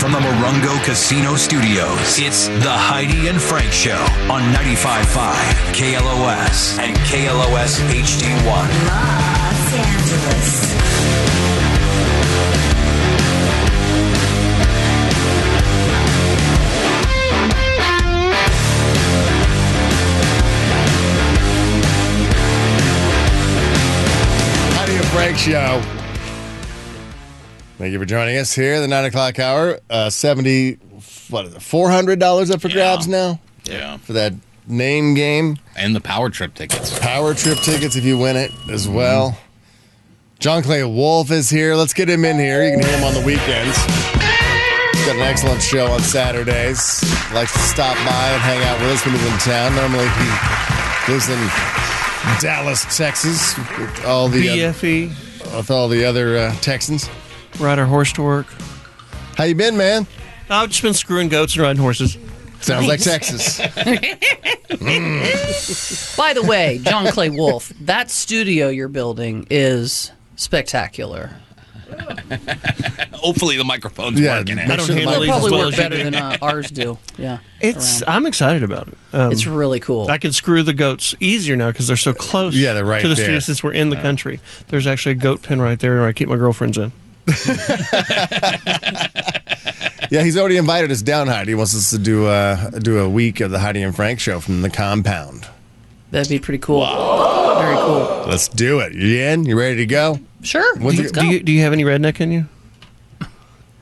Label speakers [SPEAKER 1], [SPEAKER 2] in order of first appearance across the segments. [SPEAKER 1] the Morongo Casino Studios. It's the Heidi and Frank Show on 95.5 KLOS and KLOS HD1.
[SPEAKER 2] Los Angeles.
[SPEAKER 3] Howdy and Frank Show. Thank you for joining us here, the nine o'clock hour. Uh, Seventy, what is it? Four hundred dollars up for grabs now
[SPEAKER 4] Yeah.
[SPEAKER 3] for that name game.
[SPEAKER 4] And the power trip tickets.
[SPEAKER 3] Power trip tickets if you win it as well. John Clay Wolf is here. Let's get him in here. You can hear him on the weekends. He's got an excellent show on Saturdays. Likes to stop by and hang out with us when he's in town. Normally he lives in Dallas, Texas, with all the uh, oth-
[SPEAKER 5] BFE,
[SPEAKER 3] with all the other uh, Texans.
[SPEAKER 5] E, ride our horse to work.
[SPEAKER 3] How you been, man?
[SPEAKER 5] I've just been screwing goats and riding horses.
[SPEAKER 3] Sounds like Texas.
[SPEAKER 6] By the way, John Clay Wolf, that studio you're building is spectacular.
[SPEAKER 4] Hopefully the microphone's
[SPEAKER 3] Yeah,
[SPEAKER 6] eh?
[SPEAKER 4] working.
[SPEAKER 3] make
[SPEAKER 4] Out.
[SPEAKER 5] don't
[SPEAKER 3] sure the
[SPEAKER 5] handle
[SPEAKER 3] mic-
[SPEAKER 6] It'll
[SPEAKER 5] Please,
[SPEAKER 6] probably
[SPEAKER 5] as well
[SPEAKER 6] work
[SPEAKER 5] as you Um, do.
[SPEAKER 6] better than uh, ours do. Yeah,
[SPEAKER 5] It's
[SPEAKER 6] around.
[SPEAKER 5] I'm excited about it. Um,
[SPEAKER 6] it's really cool.
[SPEAKER 5] I can screw the goats easier now because they're so close.
[SPEAKER 3] Yeah, they're right
[SPEAKER 5] to the
[SPEAKER 3] there.
[SPEAKER 5] studio since we're in the country. There's actually a goat pen right there where I keep my girlfriends in.
[SPEAKER 3] yeah, he's already invited us down, Heidi. He wants us to do a, do a week of the Heidi and Frank show from the compound.
[SPEAKER 6] That'd be pretty cool. Very cool.
[SPEAKER 3] Let's do it. You in? You ready to go?
[SPEAKER 6] Sure.
[SPEAKER 3] What's
[SPEAKER 6] let's
[SPEAKER 3] it-
[SPEAKER 6] go.
[SPEAKER 5] Do you do you have any redneck in you?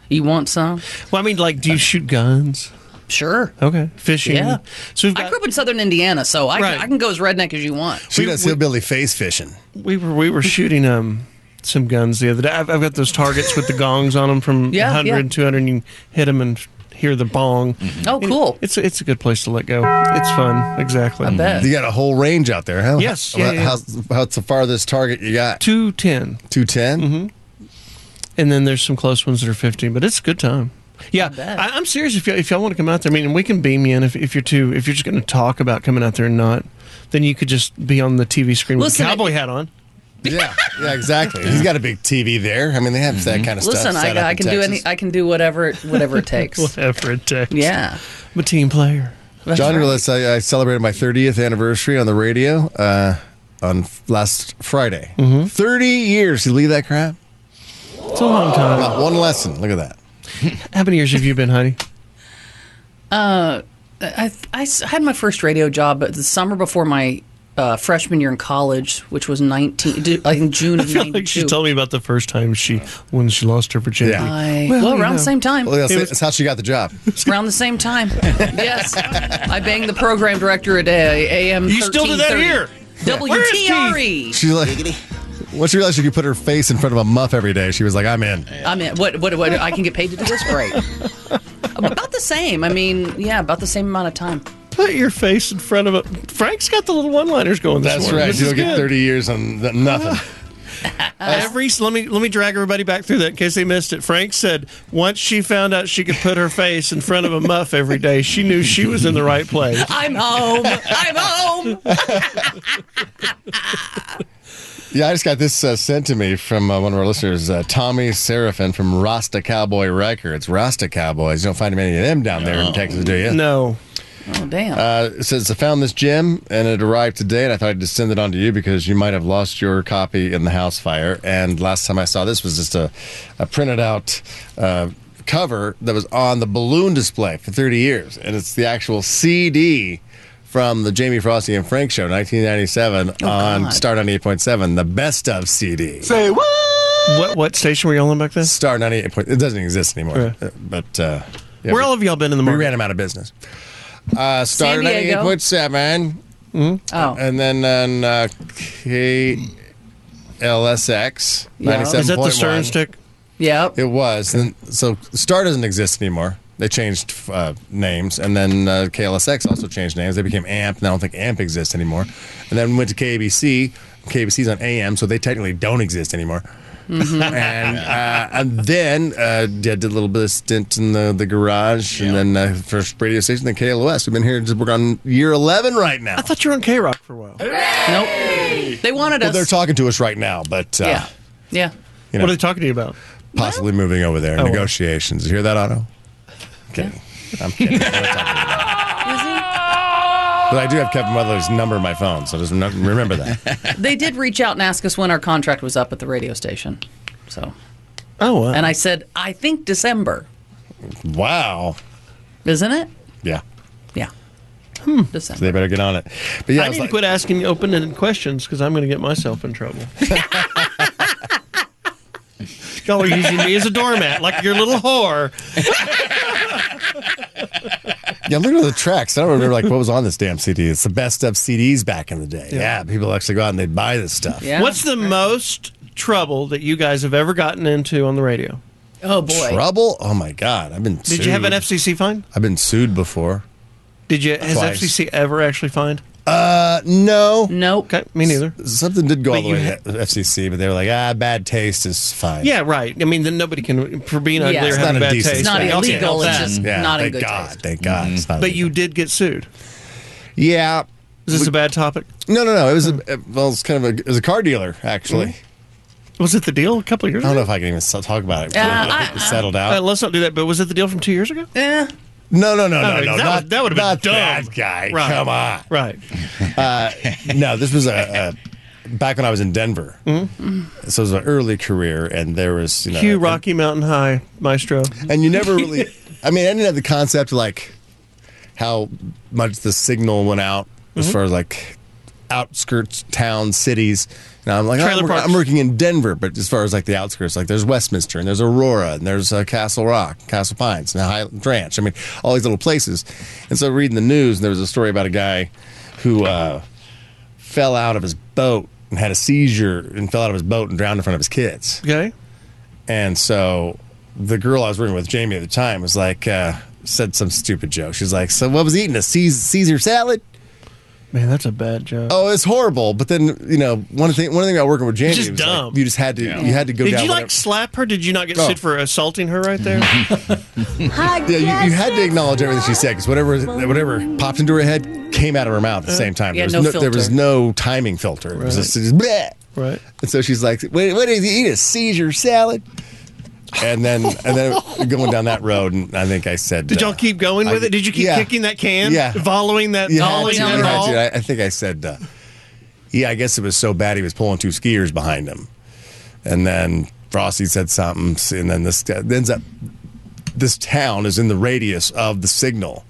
[SPEAKER 6] You want some?
[SPEAKER 5] Well, I mean, like, do you shoot guns?
[SPEAKER 6] Sure.
[SPEAKER 5] Okay, fishing.
[SPEAKER 6] Yeah.
[SPEAKER 5] So we've
[SPEAKER 6] I
[SPEAKER 5] got,
[SPEAKER 6] grew up in Southern Indiana, so I,
[SPEAKER 5] Right.
[SPEAKER 6] I can go as redneck as you want.
[SPEAKER 3] She
[SPEAKER 5] We-
[SPEAKER 3] does
[SPEAKER 5] we-
[SPEAKER 3] hillbilly face fishing.
[SPEAKER 5] we were we were shooting um some guns the other day. I've, I've got those targets with the gongs on them from
[SPEAKER 6] Yeah,
[SPEAKER 5] 100,
[SPEAKER 6] yeah.
[SPEAKER 5] 200, and you can hit them and hear the bong.
[SPEAKER 6] Oh,
[SPEAKER 5] And
[SPEAKER 6] cool.
[SPEAKER 5] It's it's a good place to let go. It's fun. Exactly.
[SPEAKER 6] I bet.
[SPEAKER 3] You got a whole range out there, huh?
[SPEAKER 5] Yes,
[SPEAKER 3] How,
[SPEAKER 5] yeah, yeah.
[SPEAKER 3] How's, how's the farthest target you got?
[SPEAKER 5] Two ten,
[SPEAKER 3] 210?
[SPEAKER 5] Mm-hmm. and then there's some close ones that are fifteen, but it's a good time. Yeah,
[SPEAKER 6] bet.
[SPEAKER 5] I, I'm serious. If y'all, if y'all want to come out there, I mean, we can beam you in if, if you're too if you're just going to talk about coming out there and not, then you could just be on the TV screen
[SPEAKER 6] Listen,
[SPEAKER 5] with a cowboy
[SPEAKER 6] I-
[SPEAKER 5] hat on.
[SPEAKER 3] Yeah, yeah, exactly. He's got a big TV there. I mean, they have
[SPEAKER 5] Mm-hmm.
[SPEAKER 3] that kind of stuff.
[SPEAKER 6] Listen,
[SPEAKER 3] set up
[SPEAKER 6] I, I
[SPEAKER 3] in
[SPEAKER 6] can do
[SPEAKER 3] Texas.
[SPEAKER 6] any. I can do whatever it- whatever it takes.
[SPEAKER 5] Whatever it takes.
[SPEAKER 6] yeah.
[SPEAKER 5] I'm a team player.
[SPEAKER 6] That's
[SPEAKER 3] John,
[SPEAKER 6] right.
[SPEAKER 3] realized I, I celebrated my 30th anniversary on the radio uh, on f- last Friday. 30 years. You leave that crap?
[SPEAKER 5] It's a long time.
[SPEAKER 3] Not one lesson. Look at that.
[SPEAKER 5] How many years have you been, honey?
[SPEAKER 6] I, I s- had my first radio job the summer before my uh, freshman year in college, which was 19, d- I think June of
[SPEAKER 5] feel like
[SPEAKER 6] 92.
[SPEAKER 5] she told me about the first time she when she lost her virginity.
[SPEAKER 3] Yeah.
[SPEAKER 6] I-
[SPEAKER 5] Well,
[SPEAKER 6] well,
[SPEAKER 5] you
[SPEAKER 6] around
[SPEAKER 5] know.
[SPEAKER 6] the same time.
[SPEAKER 3] Well, that's,
[SPEAKER 5] It
[SPEAKER 3] it-
[SPEAKER 5] was-
[SPEAKER 3] that's how she got the job.
[SPEAKER 6] around the same time. yes. I banged the program director at A- AM.
[SPEAKER 5] You still do that
[SPEAKER 6] 1330.
[SPEAKER 5] here? Where is
[SPEAKER 6] WTRE.
[SPEAKER 3] She's like, once she realized she could put her face in front of a muff every day, she was like, I'm in.
[SPEAKER 6] I mean, what, what, what, I can get paid to do this? Great. about the same. I mean, yeah, about the same amount of time.
[SPEAKER 5] Put your face in front of it. Frank's got the little one-liners going. This
[SPEAKER 3] That's
[SPEAKER 5] morning.
[SPEAKER 3] right.
[SPEAKER 5] This
[SPEAKER 3] She'll
[SPEAKER 5] is
[SPEAKER 3] get
[SPEAKER 5] good.
[SPEAKER 3] 30 years on th- nothing.
[SPEAKER 5] Every let me let me drag everybody back through that in case they missed it. Frank said once she found out she could put her face in front of a muff every day, she knew she was in the right place.
[SPEAKER 6] I'm home. I'm home.
[SPEAKER 3] Yeah, I just got this uh, sent to me from uh, one of our listeners, uh, Tommy Seraphin from Rasta Cowboy Records. Rasta Cowboys. You don't find many of them down there in Texas, do you?
[SPEAKER 5] No,
[SPEAKER 6] Oh, damn.
[SPEAKER 3] Uh, it says, I found this gem and it arrived today, and I thought I'd just send it on to you because you might have lost your copy in the house fire. And last time I saw this was just a, a printed out uh, cover that was on the balloon display for 30 years. And it's the actual CD from the Jamie Frosty and Frank show, 1997, on
[SPEAKER 6] Oh, God.
[SPEAKER 3] Star 98.7, the best of CD.
[SPEAKER 5] what what station were y'all on back then?
[SPEAKER 3] Star 98. Point, it doesn't exist anymore.
[SPEAKER 5] Yeah.
[SPEAKER 3] Uh, But uh, yeah,
[SPEAKER 5] Where
[SPEAKER 3] we-
[SPEAKER 5] all of y'all been in the
[SPEAKER 3] we
[SPEAKER 5] morning?
[SPEAKER 3] ran him out of business. Uh, Star
[SPEAKER 6] San Diego.
[SPEAKER 3] 98.7.
[SPEAKER 6] oh.
[SPEAKER 3] And then on uh, KLSX
[SPEAKER 6] Yeah.
[SPEAKER 3] ninety seven
[SPEAKER 5] Is that the
[SPEAKER 3] point
[SPEAKER 5] Stern
[SPEAKER 3] one.
[SPEAKER 5] Stick?
[SPEAKER 6] yep.
[SPEAKER 3] It was. And so Star doesn't exist anymore. They changed uh, names, and then uh, KLSX also changed names. They became AMP, and I don't think AMP exists anymore. And then we went to KABC. KABC's on AM, so they technically don't exist anymore.
[SPEAKER 5] Mm-hmm.
[SPEAKER 3] and uh, and then uh, yeah, did a little bit of stint in the, the garage, and then uh, first radio station, then KLOS. We've been here. We're on year eleven right now.
[SPEAKER 5] I thought you were on K Rock for a while.
[SPEAKER 6] Nope. They wanted
[SPEAKER 3] Well,
[SPEAKER 6] us.
[SPEAKER 3] they're talking to us right now, but uh,
[SPEAKER 6] yeah. Yeah.
[SPEAKER 3] you
[SPEAKER 5] What are
[SPEAKER 3] know,
[SPEAKER 5] they talking to you about?
[SPEAKER 3] possibly moving over there.
[SPEAKER 5] well.
[SPEAKER 3] Negotiations. You hear that, Otto? kidding. I'm kidding. What am I talking about? But I do have Kevin Weatherly's number in my phone, so just remem- remember that.
[SPEAKER 6] They did reach out and ask us when our contract was up at the radio station. So,
[SPEAKER 5] Oh, wow.
[SPEAKER 6] and I said, I think December,
[SPEAKER 3] wow.
[SPEAKER 6] isn't it?
[SPEAKER 3] Yeah.
[SPEAKER 6] Yeah. December.
[SPEAKER 3] They better get on it. But yeah,
[SPEAKER 5] I
[SPEAKER 3] was
[SPEAKER 5] need
[SPEAKER 3] like-
[SPEAKER 5] to quit asking open-ended questions because I'm going to get myself in trouble. Y'all are using me as a doormat, like your little whore.
[SPEAKER 3] Yeah, I'm looking at the tracks. I don't remember like what was on this damn CD. It's the best of CDs back in the day. Yeah, people actually go out and they'd buy this stuff.
[SPEAKER 6] Yeah.
[SPEAKER 5] What's the most trouble that you guys have ever gotten into on the radio?
[SPEAKER 6] Oh boy.
[SPEAKER 3] Trouble? Oh my god, I've been.
[SPEAKER 5] Did you have an FCC fine?
[SPEAKER 3] I've been sued before.
[SPEAKER 5] Did you? Has
[SPEAKER 3] Twice.
[SPEAKER 5] FCC ever actually fined?
[SPEAKER 3] Uh, no.
[SPEAKER 6] Nope.
[SPEAKER 5] Okay, me neither.
[SPEAKER 3] Something did go all the
[SPEAKER 5] you
[SPEAKER 3] way
[SPEAKER 5] ha-
[SPEAKER 3] to the FCC, but they were like, ah, bad taste is fine.
[SPEAKER 5] Yeah, right. I mean, then nobody can for being ugly
[SPEAKER 6] Yeah.
[SPEAKER 5] or
[SPEAKER 6] It's
[SPEAKER 5] having
[SPEAKER 3] not a
[SPEAKER 5] bad
[SPEAKER 3] decent
[SPEAKER 5] taste.
[SPEAKER 6] It's not
[SPEAKER 3] Yeah,
[SPEAKER 5] Okay,
[SPEAKER 6] illegal.
[SPEAKER 5] help
[SPEAKER 6] It's
[SPEAKER 5] that.
[SPEAKER 6] just
[SPEAKER 3] yeah.
[SPEAKER 6] not in
[SPEAKER 3] thank
[SPEAKER 6] good
[SPEAKER 3] God,
[SPEAKER 6] taste.
[SPEAKER 3] Thank God. It's not
[SPEAKER 5] But
[SPEAKER 3] illegal.
[SPEAKER 5] you did get sued.
[SPEAKER 3] Yeah.
[SPEAKER 5] Is this a bad topic?
[SPEAKER 3] No, no, no. It was a, it- well, it's kind of a, it was a car dealer actually.
[SPEAKER 5] Mm-hmm. Was it the deal a couple of years
[SPEAKER 3] I don't
[SPEAKER 5] ago?
[SPEAKER 3] know if I can even s- talk about it.
[SPEAKER 6] Uh,
[SPEAKER 3] It settled out.
[SPEAKER 5] Uh, let's not do that. But was it the deal from two years ago?
[SPEAKER 6] Eh,
[SPEAKER 3] no, no, no, no,
[SPEAKER 5] no,
[SPEAKER 3] no.
[SPEAKER 5] Oh, that
[SPEAKER 3] not,
[SPEAKER 5] would- that would've been
[SPEAKER 3] not
[SPEAKER 5] dumb.
[SPEAKER 3] that guy.
[SPEAKER 5] Right.
[SPEAKER 3] Come on.
[SPEAKER 5] Right.
[SPEAKER 3] no, this was a, a back when I was in Denver.
[SPEAKER 5] Mm-hmm.
[SPEAKER 3] So it was an early career, and there was you know,
[SPEAKER 5] Cue
[SPEAKER 3] and-
[SPEAKER 5] Rocky Mountain High, Maestro.
[SPEAKER 3] and, you never really. I mean, I didn't have the concept of like how much the signal went out as
[SPEAKER 5] Mm-hmm.
[SPEAKER 3] far as like outskirts town cities. And I'm like, oh,
[SPEAKER 5] Trailer
[SPEAKER 3] I'm, wor-
[SPEAKER 5] parks.
[SPEAKER 3] I'm working in Denver, but as far as like the outskirts, like there's Westminster and there's Aurora and there's uh, Castle Rock, Castle Pines, and Highland Ranch. I mean, all these little places. And so reading the news, and there was a story about a guy who uh, fell out of his boat and had a seizure and fell out of his boat and drowned in front of his kids.
[SPEAKER 5] Okay.
[SPEAKER 3] And so the girl I was working with, Jamie, at the time, was like, uh, said some stupid joke. She's like, So what was he eating? A Caesar, Caesar salad?
[SPEAKER 5] Man, that's a bad joke.
[SPEAKER 3] Oh, it's horrible. But then, you know, one thing one thing about working with Jamie
[SPEAKER 5] just
[SPEAKER 3] was like,
[SPEAKER 5] dumb.
[SPEAKER 3] you just had to you had to go
[SPEAKER 5] Did
[SPEAKER 3] down
[SPEAKER 5] you
[SPEAKER 3] whatever-
[SPEAKER 5] like slap her? Did you not get
[SPEAKER 3] Oh.
[SPEAKER 5] sued for assaulting her right there?
[SPEAKER 3] yeah, you, you had to acknowledge everything she said because whatever whatever popped into her head came out of her mouth at the same time.
[SPEAKER 6] Yeah,
[SPEAKER 3] there,
[SPEAKER 6] no
[SPEAKER 3] was there was
[SPEAKER 6] filter.
[SPEAKER 3] no timing filter. It was
[SPEAKER 5] Right.
[SPEAKER 3] just, just bleh.
[SPEAKER 5] right.
[SPEAKER 3] And so she's like, "What, what did you eat? A Caesar salad?" And then and then going down that road, and I think I said,
[SPEAKER 5] Did y'all
[SPEAKER 3] uh,
[SPEAKER 5] keep going with
[SPEAKER 3] I-
[SPEAKER 5] it? Did you keep
[SPEAKER 3] yeah.
[SPEAKER 5] kicking that can?
[SPEAKER 3] Yeah.
[SPEAKER 5] Volleying that,
[SPEAKER 3] Yeah,
[SPEAKER 5] volleying
[SPEAKER 6] no,
[SPEAKER 5] that
[SPEAKER 6] no.
[SPEAKER 5] ball?
[SPEAKER 3] I, I think I said, uh, yeah, I guess it was so bad he was pulling two skiers behind him. And then Frosty said something, and then this guy ends up, this town is in the radius of the signal.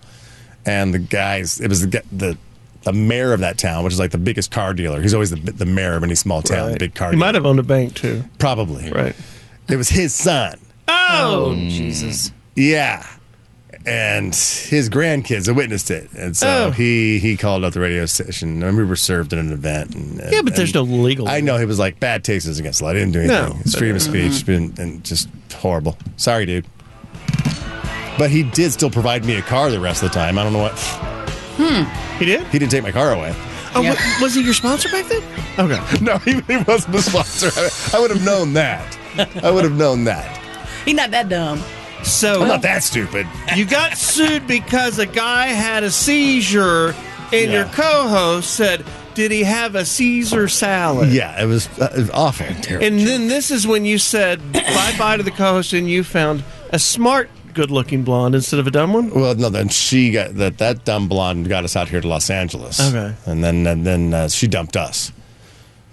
[SPEAKER 3] And the guys, it was the, gu- the, the mayor of that town, which is like the biggest car dealer. He's always the, the mayor of any small town, the
[SPEAKER 5] Right.
[SPEAKER 3] big car
[SPEAKER 5] He
[SPEAKER 3] dealer.
[SPEAKER 5] might have owned a bank too.
[SPEAKER 3] Probably.
[SPEAKER 5] Right.
[SPEAKER 3] It was his son.
[SPEAKER 6] Oh, Jesus.
[SPEAKER 3] Yeah. And his grandkids witnessed it. And so
[SPEAKER 5] Oh.
[SPEAKER 3] he he called up the radio station. And we were served at an event. And, and-
[SPEAKER 5] Yeah, but there's no
[SPEAKER 3] and
[SPEAKER 5] legal.
[SPEAKER 3] I know he was like, bad taste is against law. I didn't do
[SPEAKER 5] No. uh-huh.
[SPEAKER 3] anything. it's freedom of speech been, and just horrible. Sorry, dude. But he did still provide me a car the rest of the time. I don't know what.
[SPEAKER 5] He did?
[SPEAKER 3] He didn't take my car away.
[SPEAKER 5] Oh,
[SPEAKER 6] Yeah.
[SPEAKER 5] wa- was he your sponsor back then? Okay.
[SPEAKER 3] No, he, he wasn't the sponsor. I, I would have known that. I would have known that.
[SPEAKER 6] He's not that dumb.
[SPEAKER 3] I'm
[SPEAKER 5] So
[SPEAKER 3] not that stupid.
[SPEAKER 5] you got sued because a guy had a seizure and
[SPEAKER 3] Yeah.
[SPEAKER 5] your co host said, Did he have a Caesar salad?
[SPEAKER 3] Yeah, it was, uh, it was awful.
[SPEAKER 5] And then this is when you said bye bye to the co host and you found a smart, good looking blonde instead of a dumb one?
[SPEAKER 3] Well, no, then she got that that dumb blonde got us out here to Los Angeles.
[SPEAKER 5] Okay.
[SPEAKER 3] and then and then uh, she dumped us,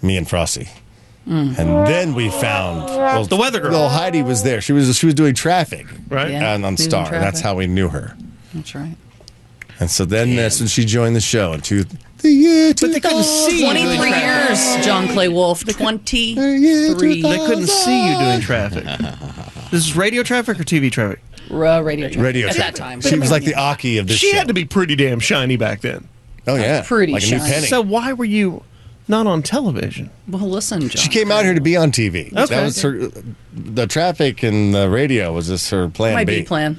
[SPEAKER 3] me and Frosty, and then we found well,
[SPEAKER 5] Mm. The weather girl.
[SPEAKER 3] Well, Heidi was there. She was she was doing traffic
[SPEAKER 5] Right?
[SPEAKER 6] Yeah.
[SPEAKER 3] on, on
[SPEAKER 6] she was in
[SPEAKER 3] Star. and That's
[SPEAKER 6] traffic.
[SPEAKER 3] how we knew her.
[SPEAKER 6] That's right.
[SPEAKER 3] And so then that's when she joined the show in two, the year two
[SPEAKER 5] But they couldn't see you doing
[SPEAKER 6] 23
[SPEAKER 5] traffic.
[SPEAKER 6] years, John Clay Wolf. 23
[SPEAKER 5] They couldn't see you doing traffic. This is radio traffic or TV traffic?
[SPEAKER 6] Ra- radio traffic.
[SPEAKER 3] radio
[SPEAKER 6] At
[SPEAKER 3] traffic.
[SPEAKER 6] that time.
[SPEAKER 3] She was like the Aki of this.
[SPEAKER 5] She
[SPEAKER 3] show.
[SPEAKER 5] had to be pretty damn shiny back then.
[SPEAKER 3] Oh yeah,
[SPEAKER 6] Pretty
[SPEAKER 3] like a new
[SPEAKER 6] shiny.
[SPEAKER 3] penny.
[SPEAKER 5] So why were you not on television?
[SPEAKER 6] Well, listen, John.
[SPEAKER 3] she came out here to be on TV.
[SPEAKER 5] Okay.
[SPEAKER 3] That was her. The traffic and the radio was just her plan
[SPEAKER 6] My
[SPEAKER 3] B.
[SPEAKER 6] B plan.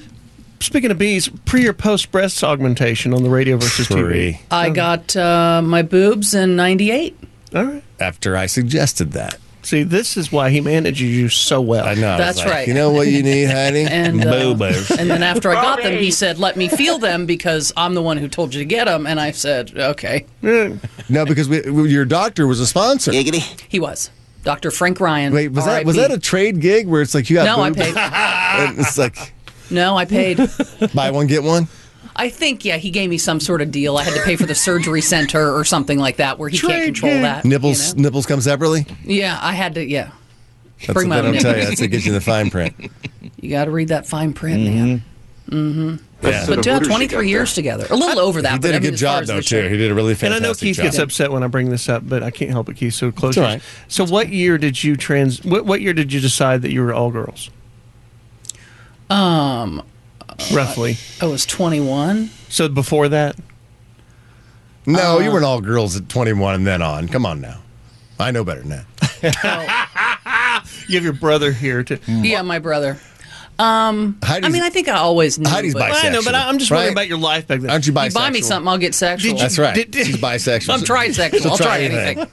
[SPEAKER 5] Speaking of bees, pre or post breast augmentation on the radio versus
[SPEAKER 3] Free.
[SPEAKER 5] TV.
[SPEAKER 6] I got uh, my boobs in 98.
[SPEAKER 5] All right.
[SPEAKER 3] after I suggested that.
[SPEAKER 5] See, this is why he manages you so well.
[SPEAKER 3] I know. I was
[SPEAKER 6] That's
[SPEAKER 3] like,
[SPEAKER 6] right.
[SPEAKER 3] You know what you need, Heidi?
[SPEAKER 6] And, uh,
[SPEAKER 3] Boobos.
[SPEAKER 6] and then after I got them, he said, let me feel them because I'm the one who told you to get them. And I said, okay.
[SPEAKER 5] Yeah.
[SPEAKER 3] no, because we, we- your doctor was a sponsor.
[SPEAKER 6] He was. Dr. Frank Ryan.
[SPEAKER 3] Wait, was that was
[SPEAKER 6] RIP.
[SPEAKER 3] that a trade gig where it's like you got
[SPEAKER 6] No, I
[SPEAKER 3] boobs?
[SPEAKER 6] paid.
[SPEAKER 3] and it's like
[SPEAKER 6] No, I paid.
[SPEAKER 3] Buy one, get one.
[SPEAKER 6] I think yeah, he gave me some sort of deal. I had to pay for the surgery center or something like that, where he can't
[SPEAKER 5] Trade
[SPEAKER 6] control
[SPEAKER 5] him.
[SPEAKER 6] that. Uh, you
[SPEAKER 3] Nipples
[SPEAKER 6] know?
[SPEAKER 3] nipples come separately.
[SPEAKER 6] Yeah, I had to. Yeah,
[SPEAKER 3] That's
[SPEAKER 6] Bring
[SPEAKER 3] what
[SPEAKER 6] my
[SPEAKER 3] they
[SPEAKER 6] own
[SPEAKER 3] don't tell you.
[SPEAKER 6] nipples.
[SPEAKER 3] That's what gets you the fine print.
[SPEAKER 6] you got to read that fine print,
[SPEAKER 3] Mm-hmm.
[SPEAKER 6] man.
[SPEAKER 3] Yeah.
[SPEAKER 6] But yeah, twenty three years together, a little over that.
[SPEAKER 3] He
[SPEAKER 6] but
[SPEAKER 3] did
[SPEAKER 6] I
[SPEAKER 3] a
[SPEAKER 6] mean,
[SPEAKER 3] good
[SPEAKER 6] as far
[SPEAKER 3] job
[SPEAKER 6] as the
[SPEAKER 3] though
[SPEAKER 6] show-
[SPEAKER 3] too. He did a really
[SPEAKER 5] And I
[SPEAKER 3] fantastic
[SPEAKER 5] know Keith
[SPEAKER 3] job.
[SPEAKER 5] gets upset when I bring this up, but I can't help it, Keith. So close.
[SPEAKER 3] all
[SPEAKER 5] yours.
[SPEAKER 3] right.
[SPEAKER 5] So what year did you trans? What, what year did you decide that you were all girls? Um, roughly.
[SPEAKER 6] I was twenty one.
[SPEAKER 5] So before that,
[SPEAKER 3] No,
[SPEAKER 6] Uh-huh.
[SPEAKER 3] you weren't all girls at 21 and then on. Come on now. I know better than that.
[SPEAKER 5] you have your brother here to.
[SPEAKER 6] Yeah, my brother. I
[SPEAKER 3] Heidi's-
[SPEAKER 6] mean, I think I always knew.
[SPEAKER 3] Heidi's
[SPEAKER 6] but-
[SPEAKER 3] bisexual.
[SPEAKER 5] I know, but I, I'm just wondering
[SPEAKER 3] Right?
[SPEAKER 5] about your life back then.
[SPEAKER 3] Aren't you bisexual?
[SPEAKER 6] You buy me something, I'll get sexual.
[SPEAKER 5] Did you-
[SPEAKER 3] That's right.
[SPEAKER 5] Did- did-
[SPEAKER 3] She's bisexual.
[SPEAKER 6] I'm trisexual.
[SPEAKER 3] She'll
[SPEAKER 6] I'll
[SPEAKER 3] try
[SPEAKER 6] try anything.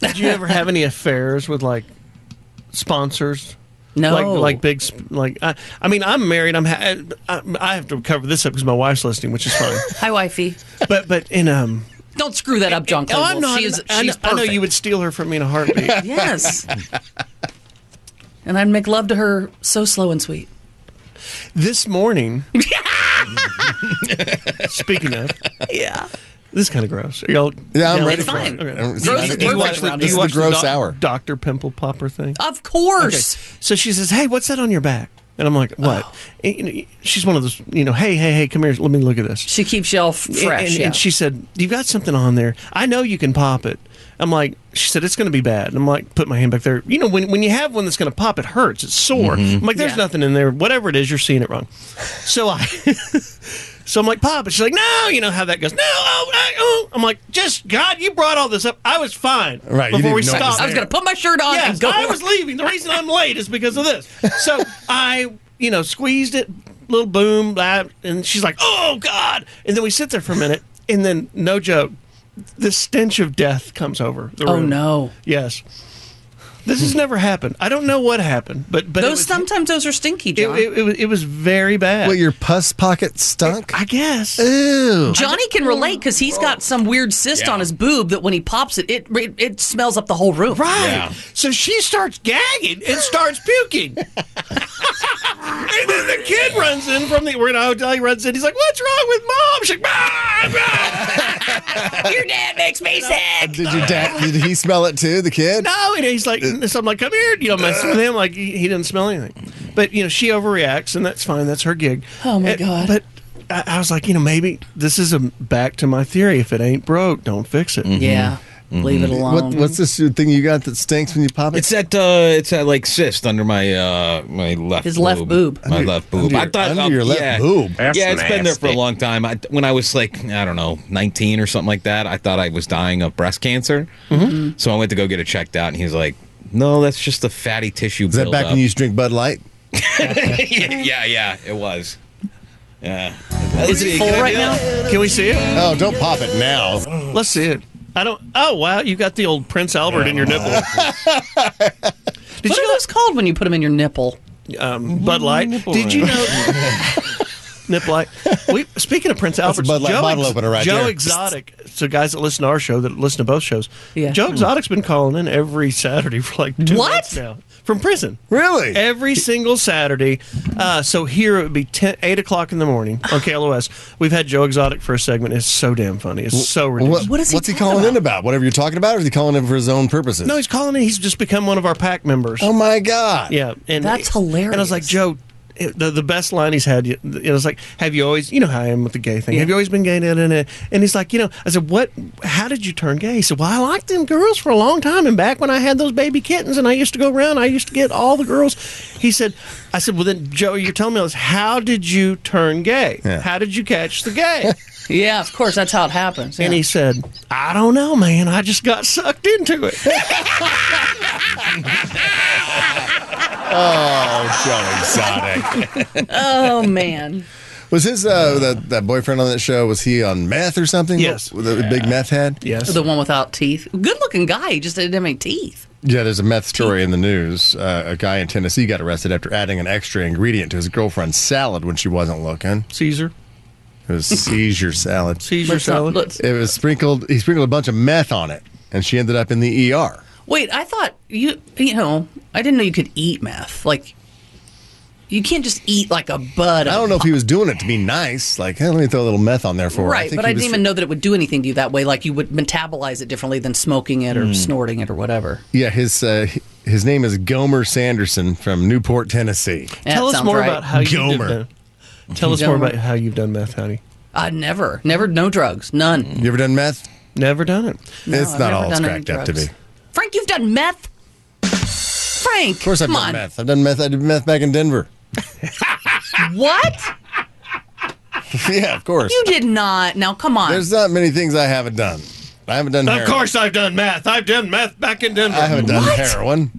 [SPEAKER 5] Did you ever have any affairs with like sponsors?
[SPEAKER 6] No.
[SPEAKER 5] like like big sp- like I, I mean I'm married I'm ha- I, I have to cover this up because my wife's listening which is fine
[SPEAKER 6] Hi, wifey.
[SPEAKER 5] but but in um
[SPEAKER 6] Don't screw that up, John.
[SPEAKER 5] oh,
[SPEAKER 6] Caldwell.
[SPEAKER 5] I'm not
[SPEAKER 6] She is,
[SPEAKER 5] I, know,
[SPEAKER 6] she's
[SPEAKER 5] I know
[SPEAKER 6] perfect.
[SPEAKER 5] you would steal her from me in a heartbeat
[SPEAKER 6] Yes. and I'd make love to her so slow and sweet.
[SPEAKER 5] this morning speaking of
[SPEAKER 6] Yeah.
[SPEAKER 5] this is kind of gross are y'all
[SPEAKER 3] Yeah, I'm
[SPEAKER 5] y'all-
[SPEAKER 3] ready
[SPEAKER 6] It's
[SPEAKER 3] for
[SPEAKER 6] fine.
[SPEAKER 3] it.
[SPEAKER 5] Okay.
[SPEAKER 3] It's-
[SPEAKER 6] Gross is
[SPEAKER 3] Do you
[SPEAKER 6] perfect
[SPEAKER 3] watch the-
[SPEAKER 6] around
[SPEAKER 3] this
[SPEAKER 6] here.
[SPEAKER 3] is the gross
[SPEAKER 5] doc-
[SPEAKER 3] hour.
[SPEAKER 5] Dr. Pimple Popper thing
[SPEAKER 6] Of
[SPEAKER 5] Okay.
[SPEAKER 6] course.
[SPEAKER 5] So she says, "Hey, what's that on your back?" And I'm
[SPEAKER 6] Oh.
[SPEAKER 5] like, "What?" And, you know, she's one of those, you know, "Hey, hey, hey, come here, let me look at this."
[SPEAKER 6] She keeps y'all f- fresh.
[SPEAKER 5] and, and-
[SPEAKER 6] yeah.
[SPEAKER 5] and she said, "You got something on there? I know you can pop it." I'm like, "She said it's going to be bad." And I'm like, "Put my hand back there." You know, when when you have one that's going to pop, it hurts. It's sore. I'm like, "There's
[SPEAKER 6] Mm-hmm. Yeah.
[SPEAKER 5] nothing in there. Whatever it is, you're seeing it wrong." So I. So I'm like, Pop, and she's like, no, you know how that goes. No, oh, I- oh. I'm like, just God, you brought all this up. I was fine.
[SPEAKER 3] Right, you
[SPEAKER 5] Before
[SPEAKER 3] didn't
[SPEAKER 5] we
[SPEAKER 3] notice
[SPEAKER 5] stopped.
[SPEAKER 6] I was going to put my shirt on
[SPEAKER 5] Yes,
[SPEAKER 6] and go.
[SPEAKER 5] I was leaving. The reason I'm late is because of this. So I, you know, squeezed it, little boom, blah, and she's like, "Oh God!" And then we sit there for a minute, and then no joke, the stench of death comes over. The
[SPEAKER 6] Oh,
[SPEAKER 5] room.
[SPEAKER 6] no.
[SPEAKER 5] Yes, this has never happened. I don't know what happened, but but it
[SPEAKER 6] Those
[SPEAKER 5] was,
[SPEAKER 6] sometimes those are stinky,
[SPEAKER 5] it,
[SPEAKER 6] John.
[SPEAKER 5] it, it was it was very bad.
[SPEAKER 3] Well, your pus pocket stunk?
[SPEAKER 5] I guess.
[SPEAKER 3] Ew.
[SPEAKER 6] Johnny can relate because he's got some weird cyst
[SPEAKER 4] Yeah.
[SPEAKER 6] on his boob that when he pops it, it it, it smells up the whole room.
[SPEAKER 5] Right.
[SPEAKER 4] Yeah.
[SPEAKER 5] So she starts gagging and starts puking. and then the kid runs in from the we're in a hotel. He runs in. He's like, "What's wrong with mom?" She's like, "Mom, mom." "Your dad makes me sick."
[SPEAKER 3] Did your dad? Did he smell it too? The kid?
[SPEAKER 5] No, and he's like, so I'm like, come here, you know, messing with him. Like he, he didn't smell anything, but you know, she overreacts, and that's fine. That's her gig.
[SPEAKER 6] Oh, my
[SPEAKER 5] And-
[SPEAKER 6] God.
[SPEAKER 5] But I, I was like, you know, maybe this is a back to my theory. If it ain't broke, don't fix it.
[SPEAKER 6] Yeah. Leave it alone.
[SPEAKER 3] Mm-hmm. What, what's this thing you got that stinks when you pop it?
[SPEAKER 4] It's that uh, it's that like cyst under my uh my left
[SPEAKER 6] His left boob.
[SPEAKER 4] my left boob.
[SPEAKER 3] under
[SPEAKER 4] I
[SPEAKER 3] your-
[SPEAKER 4] thought
[SPEAKER 3] under
[SPEAKER 4] uh,
[SPEAKER 3] your left
[SPEAKER 4] yeah.
[SPEAKER 3] boob.
[SPEAKER 7] That's
[SPEAKER 4] yeah, it's been there for a
[SPEAKER 7] nasty.
[SPEAKER 4] long time. I, when I was like I don't know nineteen or something like that, I thought I was dying of breast cancer. Mm-hmm. So I went to go get it checked out, and he's like, "No, that's just the fatty tissue."
[SPEAKER 3] Is that back when you used to drink Bud Light?
[SPEAKER 4] yeah, yeah, it was. Yeah.
[SPEAKER 6] Is it full right now?
[SPEAKER 5] Can we see it?
[SPEAKER 3] Oh, don't pop it now.
[SPEAKER 5] Let's see it. I don't. Oh wow, you got the old Prince Albert in your nipple. Did
[SPEAKER 6] What
[SPEAKER 5] you
[SPEAKER 6] are those called when you put them in your nipple?
[SPEAKER 5] um, Bud Light? Did you know? Nip Light. We, speaking of Prince Albert,
[SPEAKER 3] Bud Light
[SPEAKER 5] Joe,
[SPEAKER 3] bottle opener right
[SPEAKER 5] Joe
[SPEAKER 3] there.
[SPEAKER 5] Exotic. So guys that listen to our show, that listen to both shows,
[SPEAKER 6] Yeah.
[SPEAKER 5] Joe Exotic's been calling in every Saturday for like two
[SPEAKER 6] What?
[SPEAKER 5] months now from prison.
[SPEAKER 3] Really?
[SPEAKER 5] Every single Saturday. Uh, so here it would be 10, 8 o'clock in the morning on KLOS. We've had Joe Exotic for a segment. It's so damn funny. It's so ridiculous.
[SPEAKER 3] What,
[SPEAKER 6] What is he
[SPEAKER 3] what's he
[SPEAKER 6] talking
[SPEAKER 3] calling in
[SPEAKER 6] about?
[SPEAKER 3] about? Whatever you're talking about, or is he calling in for his own purposes?
[SPEAKER 5] No, he's calling in. He's just become one of our pack members.
[SPEAKER 3] Oh my God.
[SPEAKER 5] Yeah, and
[SPEAKER 6] That's
[SPEAKER 5] And I was like,
[SPEAKER 6] hilarious.
[SPEAKER 5] Joe, it- the the best line he's had. It was like, have you always, you know, how I am with the gay thing. Have you always been gay? And, and, and he's like, you know, I said, what? How did you turn gay? He said, well, I liked them girls for a long time, and back when I had those baby kittens, and I used to go around, I used to get all the girls. He said, I said, well, then Joe, you're telling me this. How did you turn gay?
[SPEAKER 3] Yeah.
[SPEAKER 5] How did you catch the gay?
[SPEAKER 6] Yeah, of course. That's how it happens.
[SPEAKER 5] And
[SPEAKER 6] yeah.
[SPEAKER 5] he said, I don't know, man. I just got sucked into it.
[SPEAKER 3] Oh, Joe Exotic.
[SPEAKER 6] oh man,
[SPEAKER 3] Was his uh, that that boyfriend on that show? Was he on meth or something?
[SPEAKER 5] Yes.
[SPEAKER 3] With the big meth head.
[SPEAKER 5] yes.
[SPEAKER 6] the one without teeth. Good looking guy. He just didn't have any teeth.
[SPEAKER 3] Yeah, there's a meth story in the news. Uh, a guy in Tennessee got arrested after adding an extra ingredient to his girlfriend's salad when she wasn't looking.
[SPEAKER 5] Caesar.
[SPEAKER 3] It was seizure salad.
[SPEAKER 5] Caesar
[SPEAKER 6] Let's not-
[SPEAKER 5] salad.
[SPEAKER 6] let's-
[SPEAKER 3] It was sprinkled. He sprinkled a bunch of meth on it, and she ended up in the ER.
[SPEAKER 6] wait, I thought you you know I didn't know you could eat meth. Like You can't just eat like a bud.
[SPEAKER 3] I
[SPEAKER 6] of-
[SPEAKER 3] don't know if he was doing it to be nice. Like, hey, let me throw a little meth on there for her.
[SPEAKER 6] Right,
[SPEAKER 3] think
[SPEAKER 6] but
[SPEAKER 3] he
[SPEAKER 6] I didn't
[SPEAKER 3] was-
[SPEAKER 6] even know that it would do anything to you that way. Like you would metabolize it differently than smoking it or snorting it or whatever.
[SPEAKER 3] Yeah, his uh, his name is Gomer Sanderson from Newport, Tennessee.
[SPEAKER 6] That
[SPEAKER 5] Tell us
[SPEAKER 6] sounds
[SPEAKER 5] more
[SPEAKER 6] right.
[SPEAKER 5] about how you've
[SPEAKER 3] Gomer.
[SPEAKER 5] done. Tell us
[SPEAKER 6] Gomer.
[SPEAKER 5] more about how you've done meth, honey.
[SPEAKER 6] I never, never, no drugs, none.
[SPEAKER 3] You ever done meth?
[SPEAKER 5] Never done it.
[SPEAKER 6] No,
[SPEAKER 3] it's
[SPEAKER 6] I've
[SPEAKER 3] not
[SPEAKER 6] never
[SPEAKER 3] all it's
[SPEAKER 6] done any
[SPEAKER 3] cracked up to be.
[SPEAKER 6] drugs.
[SPEAKER 3] Of
[SPEAKER 6] Frank, you've done meth. Frank, of
[SPEAKER 3] course, I've
[SPEAKER 6] come
[SPEAKER 3] done
[SPEAKER 6] on.
[SPEAKER 3] meth. I've done meth. I did meth back in Denver.
[SPEAKER 6] What?
[SPEAKER 3] yeah, of course.
[SPEAKER 6] You did not. Now, come on.
[SPEAKER 3] There's not many things I haven't done. I haven't done.
[SPEAKER 5] Of
[SPEAKER 3] heroin.
[SPEAKER 5] course, I've done meth. I've done meth back in Denver.
[SPEAKER 3] I haven't done
[SPEAKER 6] What?
[SPEAKER 3] heroin.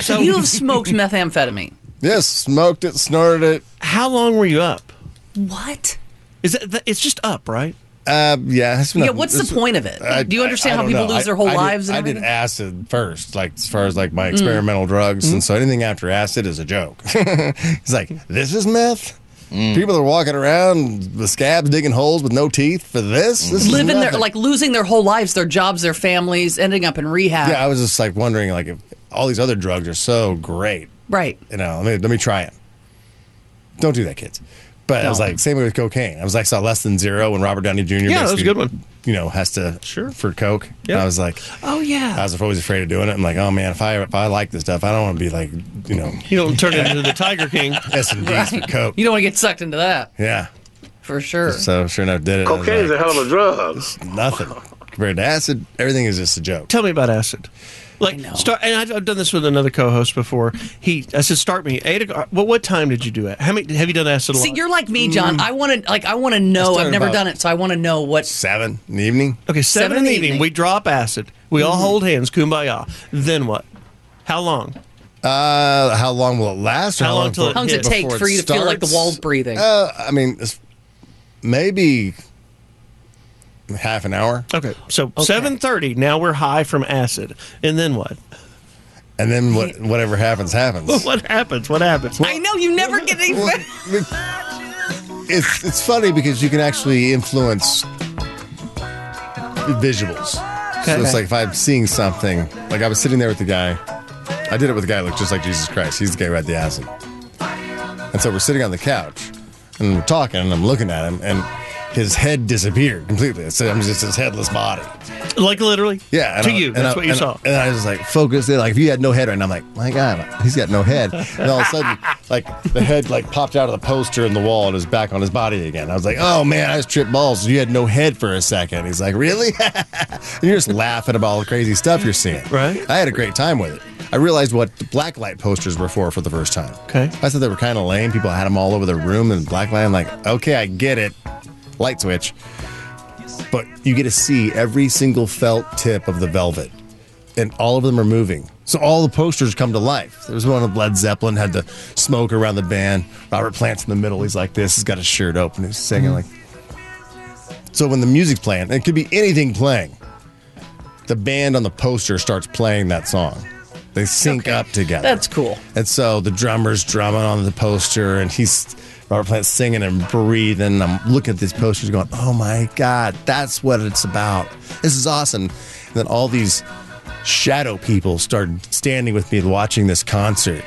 [SPEAKER 5] So,
[SPEAKER 6] you have smoked methamphetamine.
[SPEAKER 3] Yes, smoked it, snorted it.
[SPEAKER 5] how long were you up?
[SPEAKER 6] What?
[SPEAKER 5] Is that, that it's just up, right?
[SPEAKER 3] Uh, yeah. it's
[SPEAKER 6] Yeah.
[SPEAKER 3] not-
[SPEAKER 6] What's the
[SPEAKER 3] it's-
[SPEAKER 6] point of it?
[SPEAKER 3] I-
[SPEAKER 6] Do you understand
[SPEAKER 3] I- I
[SPEAKER 6] how
[SPEAKER 3] don't
[SPEAKER 6] people
[SPEAKER 3] know.
[SPEAKER 6] lose
[SPEAKER 3] I-
[SPEAKER 6] their whole
[SPEAKER 3] I did-
[SPEAKER 6] lives and
[SPEAKER 3] I
[SPEAKER 6] everything? Mm.
[SPEAKER 3] did acid first, like as far as like my experimental drugs,
[SPEAKER 6] Mm-hmm.
[SPEAKER 3] and so anything after acid is a joke. it's like this is meth.
[SPEAKER 6] Mm.
[SPEAKER 3] People are walking around with scabs, digging holes with no teeth for this. This is
[SPEAKER 6] Living their
[SPEAKER 3] nothing.
[SPEAKER 6] like losing their whole lives, their jobs, their families, ending up in rehab.
[SPEAKER 3] yeah. I was just like wondering like if all these other drugs are so great.
[SPEAKER 6] Right.
[SPEAKER 3] You know, let me, let me try it. Don't do that, kids. But I was
[SPEAKER 6] No.
[SPEAKER 3] like, same way with cocaine. I was like, saw less than zero when Robert Downey Jr.
[SPEAKER 5] Yeah, that was a
[SPEAKER 3] basically,
[SPEAKER 5] good one.
[SPEAKER 3] You know, has to
[SPEAKER 5] Sure.
[SPEAKER 3] for coke. And
[SPEAKER 5] Yeah.
[SPEAKER 3] I was like,
[SPEAKER 5] Oh yeah.
[SPEAKER 3] I was always afraid of doing it. I'm like, oh man, if I if I like this stuff, I don't want to be like, you know,
[SPEAKER 5] you don't turn into the Tiger King.
[SPEAKER 3] S and D's for coke.
[SPEAKER 6] You don't want to get sucked into that
[SPEAKER 3] Yeah.
[SPEAKER 6] for sure.
[SPEAKER 3] So sure enough, did it. I was
[SPEAKER 7] Cocaine's a
[SPEAKER 3] like,
[SPEAKER 7] hell of a drug.
[SPEAKER 3] nothing compared to acid. Everything is just a joke.
[SPEAKER 5] Tell me about acid. Like
[SPEAKER 6] know.
[SPEAKER 5] start, and I've, I've done this with another co-host before. He, I said, start me eight o'clock. What, what time did you do it? How many have you done acid? A
[SPEAKER 6] See,
[SPEAKER 5] lot?
[SPEAKER 6] you're like me, John. I want to like I want to
[SPEAKER 3] Mm.
[SPEAKER 6] know.
[SPEAKER 3] started
[SPEAKER 6] I've never
[SPEAKER 3] about-
[SPEAKER 6] done it, so I want to know what.
[SPEAKER 3] Seven in the evening.
[SPEAKER 5] okay. Seven, in the evening, we drop acid. We all hold hands, kumbaya. Then what? How long?
[SPEAKER 3] Uh, how long will it last? Or
[SPEAKER 5] How long till it
[SPEAKER 6] How long does it
[SPEAKER 5] Yeah.
[SPEAKER 6] take
[SPEAKER 3] before
[SPEAKER 6] for you to feel like the
[SPEAKER 3] starts?
[SPEAKER 6] walls breathing?
[SPEAKER 3] Uh, I mean, it's maybe half an hour,
[SPEAKER 5] Okay, so seven thirty. Now we're high from acid, and then what?
[SPEAKER 3] and then what, whatever happens happens.
[SPEAKER 5] What happens? What happens?
[SPEAKER 6] I know you never get any.
[SPEAKER 3] It's it's funny because you can actually influence visuals. So it's
[SPEAKER 5] Okay.
[SPEAKER 3] like if I'm seeing something, like I was sitting there with the guy. I did it with a guy who looked just like Jesus Christ. He's the guy who had the acid. And so we're sitting on the couch and we're talking and I'm looking at him and his head disappeared completely. So I'm just his headless body.
[SPEAKER 5] Like literally.
[SPEAKER 3] Yeah, and
[SPEAKER 5] To
[SPEAKER 3] I-
[SPEAKER 5] you.
[SPEAKER 3] and
[SPEAKER 5] That's
[SPEAKER 3] I-
[SPEAKER 5] what you
[SPEAKER 3] and I-
[SPEAKER 5] saw.
[SPEAKER 3] And I was like focused in, like if you had no head, right? And I'm like, my God, he's got no head. And all of a sudden, like the head like popped out of the poster in the wall and is back on his body again. I was like, oh man, I just tripped balls. You had no head for a second. He's like, really? and you're just laughing about all the crazy stuff you're seeing.
[SPEAKER 5] Right.
[SPEAKER 3] I had a great time with it. I realized what the blacklight posters were for for the first time.
[SPEAKER 5] Okay.
[SPEAKER 3] I thought they were kind of lame. People had them all over the room and blacklight. I'm like, okay, I get it. Light switch but you get to see every single felt tip of the velvet, and all of them are moving. So all the posters come to life. There was one of Led Zeppelin had the smoke around the band. Robert Plant's in the middle. He's like this. He's got his shirt open. He's singing like. So when the music's playing, it could be anything playing. The band on the poster starts playing that song. They sync up together.
[SPEAKER 6] That's cool.
[SPEAKER 3] And so the drummer's drumming on the poster, and he's Robert Plant singing and breathing. I'm looking at these posters, going, "Oh my god, that's what it's about. This is awesome." And then all these shadow people started standing with me, watching this concert.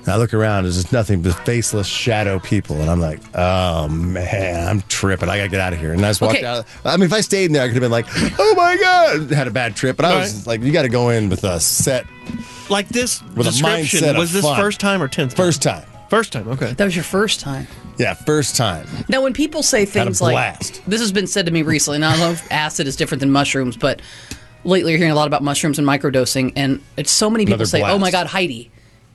[SPEAKER 3] And I look around, there's just nothing but faceless shadow people, and I'm like, "Oh man, I'm tripping. I gotta get out of here." And I just walked
[SPEAKER 6] Okay.
[SPEAKER 3] out. I mean, if I stayed in there, I could have been like, "Oh my god," had a bad trip. But I was
[SPEAKER 5] Right.
[SPEAKER 3] just like, "You got to go in with a set."
[SPEAKER 5] Like this
[SPEAKER 3] With a
[SPEAKER 5] description
[SPEAKER 3] mindset of
[SPEAKER 5] was this
[SPEAKER 3] fun.
[SPEAKER 5] first time or tenth? time?
[SPEAKER 3] First time.
[SPEAKER 5] First time. Okay.
[SPEAKER 6] That was your first time.
[SPEAKER 3] Yeah, first time.
[SPEAKER 6] Now, when people say things like
[SPEAKER 3] blast.
[SPEAKER 6] this has been said to me recently, and I don't know if acid is different than mushrooms, but lately you're hearing a lot about mushrooms and microdosing, and it's so many people
[SPEAKER 3] Another
[SPEAKER 6] say, "Oh my
[SPEAKER 3] blast.
[SPEAKER 6] God, Heidi,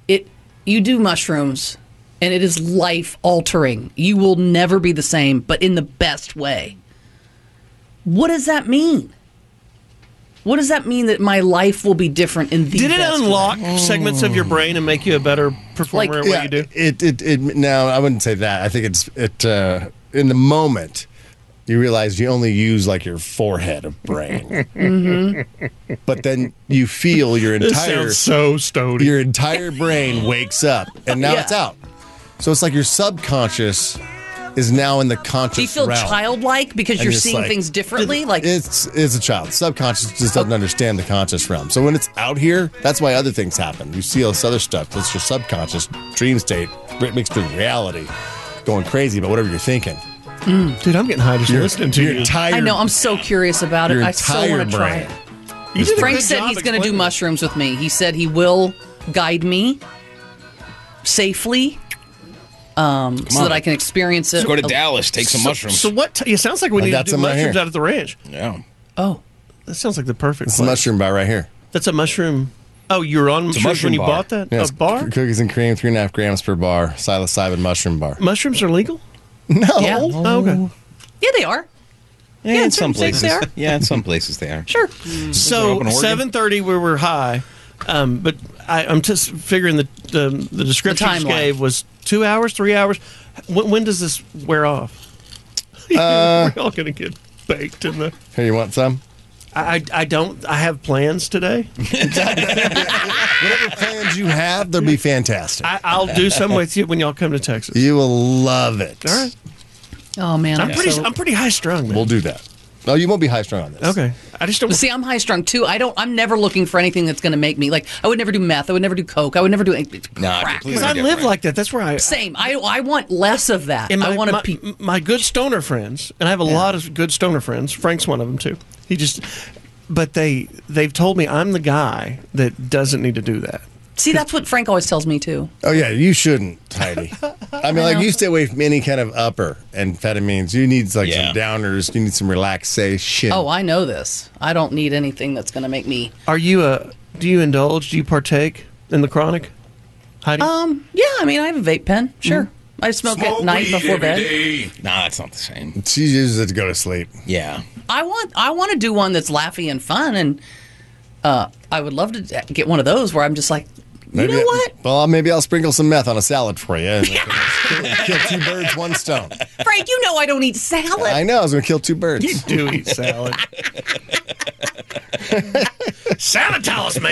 [SPEAKER 6] it you do mushrooms, and it is life altering. You will never be the same, but in the best way." What does that mean? What does that mean that my life will be different in the
[SPEAKER 5] Did it
[SPEAKER 6] best way?
[SPEAKER 5] unlock segments of your brain and make you a better performer
[SPEAKER 6] Like-
[SPEAKER 5] at what you do?
[SPEAKER 3] It, it, it, no, I wouldn't say that. I think it's, it, uh, in the moment, you realize you only use like your forehead of brain. But then you feel your
[SPEAKER 5] This
[SPEAKER 3] entire,
[SPEAKER 5] sounds so stony.
[SPEAKER 3] your entire brain wakes up and now
[SPEAKER 6] Yeah.
[SPEAKER 3] it's out. So it's like your subconscious is now in the conscious
[SPEAKER 6] Do you feel
[SPEAKER 3] realm.
[SPEAKER 6] childlike because
[SPEAKER 3] And
[SPEAKER 6] you're
[SPEAKER 3] just
[SPEAKER 6] seeing
[SPEAKER 3] like-
[SPEAKER 6] things differently? Like
[SPEAKER 3] It's it's a child. Subconscious just doesn't understand the conscious realm. So when it's out here, that's why other things happen. You see all this other stuff. That's your subconscious dream state re- mixed with reality, going crazy about whatever you're thinking.
[SPEAKER 5] Dude, I'm getting high just listening to
[SPEAKER 3] your
[SPEAKER 5] you.
[SPEAKER 3] Entire,
[SPEAKER 6] I know. I'm so curious about it.
[SPEAKER 3] Your
[SPEAKER 6] I so
[SPEAKER 3] entire
[SPEAKER 6] want to try
[SPEAKER 3] brain.
[SPEAKER 6] it.
[SPEAKER 5] You did a
[SPEAKER 6] Frank
[SPEAKER 5] good
[SPEAKER 6] said
[SPEAKER 5] job
[SPEAKER 6] he's going to do
[SPEAKER 5] explaining.
[SPEAKER 6] mushrooms with me. He said he will guide me safely um, so
[SPEAKER 4] on.
[SPEAKER 6] that I can experience it.
[SPEAKER 4] Let's go to
[SPEAKER 6] a-
[SPEAKER 4] Dallas, take some mushrooms.
[SPEAKER 5] So what? T- it sounds like we
[SPEAKER 3] I
[SPEAKER 5] need to
[SPEAKER 3] got
[SPEAKER 5] do
[SPEAKER 3] some right
[SPEAKER 5] mushrooms
[SPEAKER 3] here.
[SPEAKER 5] out at the ranch.
[SPEAKER 4] yeah.
[SPEAKER 6] Oh,
[SPEAKER 5] That sounds like the perfect.
[SPEAKER 3] It's a
[SPEAKER 5] place.
[SPEAKER 3] mushroom bar right here.
[SPEAKER 5] That's a mushroom. Oh, you were on
[SPEAKER 4] a
[SPEAKER 5] mushrooms when
[SPEAKER 4] mushroom
[SPEAKER 5] you
[SPEAKER 4] bar.
[SPEAKER 5] bought that.
[SPEAKER 3] Yes,
[SPEAKER 5] a bar.
[SPEAKER 3] c- cookies and cream, three and a half grams per bar. Psilocybin mushroom bar.
[SPEAKER 5] mushrooms are legal.
[SPEAKER 3] No,
[SPEAKER 6] yeah,
[SPEAKER 5] Oh, okay.
[SPEAKER 6] yeah, they are.
[SPEAKER 4] Yeah,
[SPEAKER 6] Yeah,
[SPEAKER 4] in
[SPEAKER 6] in
[SPEAKER 4] some
[SPEAKER 6] certain states
[SPEAKER 4] places.
[SPEAKER 6] they are.
[SPEAKER 4] Yeah, in some places they are.
[SPEAKER 6] Sure.
[SPEAKER 4] They're
[SPEAKER 5] So
[SPEAKER 4] up in Oregon?
[SPEAKER 5] seven thirty, we were high, um, but I, I'm just figuring the the, the description
[SPEAKER 6] The
[SPEAKER 5] you
[SPEAKER 6] timeline.
[SPEAKER 5] gave was two hours, three hours. When, when does this wear off?
[SPEAKER 6] Uh,
[SPEAKER 5] we're all gonna get baked in the.
[SPEAKER 3] Here, you want some?
[SPEAKER 5] I, I I don't. I have plans today.
[SPEAKER 3] Whatever plans you have, they'll be fantastic.
[SPEAKER 5] I, I'll do some with you when y'all come to Texas.
[SPEAKER 3] you will love it.
[SPEAKER 5] All right.
[SPEAKER 6] Oh man,
[SPEAKER 5] I'm
[SPEAKER 6] I'm
[SPEAKER 5] pretty.
[SPEAKER 6] so-
[SPEAKER 5] I'm pretty high strung, man.
[SPEAKER 3] We'll do that. No, you won't be high strung on this.
[SPEAKER 5] okay. I just don't.
[SPEAKER 6] But see, I'm high strung too. I don't. I'm never looking for anything that's going to make me like. I would never do meth. I would never do coke. I would never do anything.
[SPEAKER 4] Nah,
[SPEAKER 6] crack.
[SPEAKER 4] completely.
[SPEAKER 5] Because I live
[SPEAKER 4] different.
[SPEAKER 5] like that. That's where I.
[SPEAKER 6] Same. I I want less of that.
[SPEAKER 5] And my,
[SPEAKER 6] I want
[SPEAKER 5] my,
[SPEAKER 6] to. Pe-
[SPEAKER 5] my good stoner friends, and I have a lot of good stoner friends. Frank's one of them too. He just, but they they've told me I'm the guy that doesn't need to do that.
[SPEAKER 6] see, that's what Frank always tells me too.
[SPEAKER 3] Oh yeah, you shouldn't, Heidi. I mean, like you stay away from any kind of upper amphetamines. You need like
[SPEAKER 4] Yeah.
[SPEAKER 3] some downers. You need some relaxation.
[SPEAKER 6] Oh, I know this. I don't need anything that's going to make me.
[SPEAKER 5] Are you a? Do you indulge? Do you partake in the chronic? Heidi,
[SPEAKER 6] Um. Yeah. I mean, I have a vape pen. Sure. I smoke, at night before bed.
[SPEAKER 4] Nah, that's not the same.
[SPEAKER 3] she uses it to go to sleep.
[SPEAKER 4] Yeah.
[SPEAKER 6] I want I want to do one that's laughy and fun, and uh, I would love to d- get one of those where I'm just like, you know
[SPEAKER 3] I-
[SPEAKER 6] what,
[SPEAKER 3] well, maybe I'll sprinkle some meth on a salad for you. And kill, kill two birds, one stone.
[SPEAKER 6] Frank, you know I don't eat salad.
[SPEAKER 3] I know I was going to kill two birds.
[SPEAKER 5] you do eat salad. salad talisman.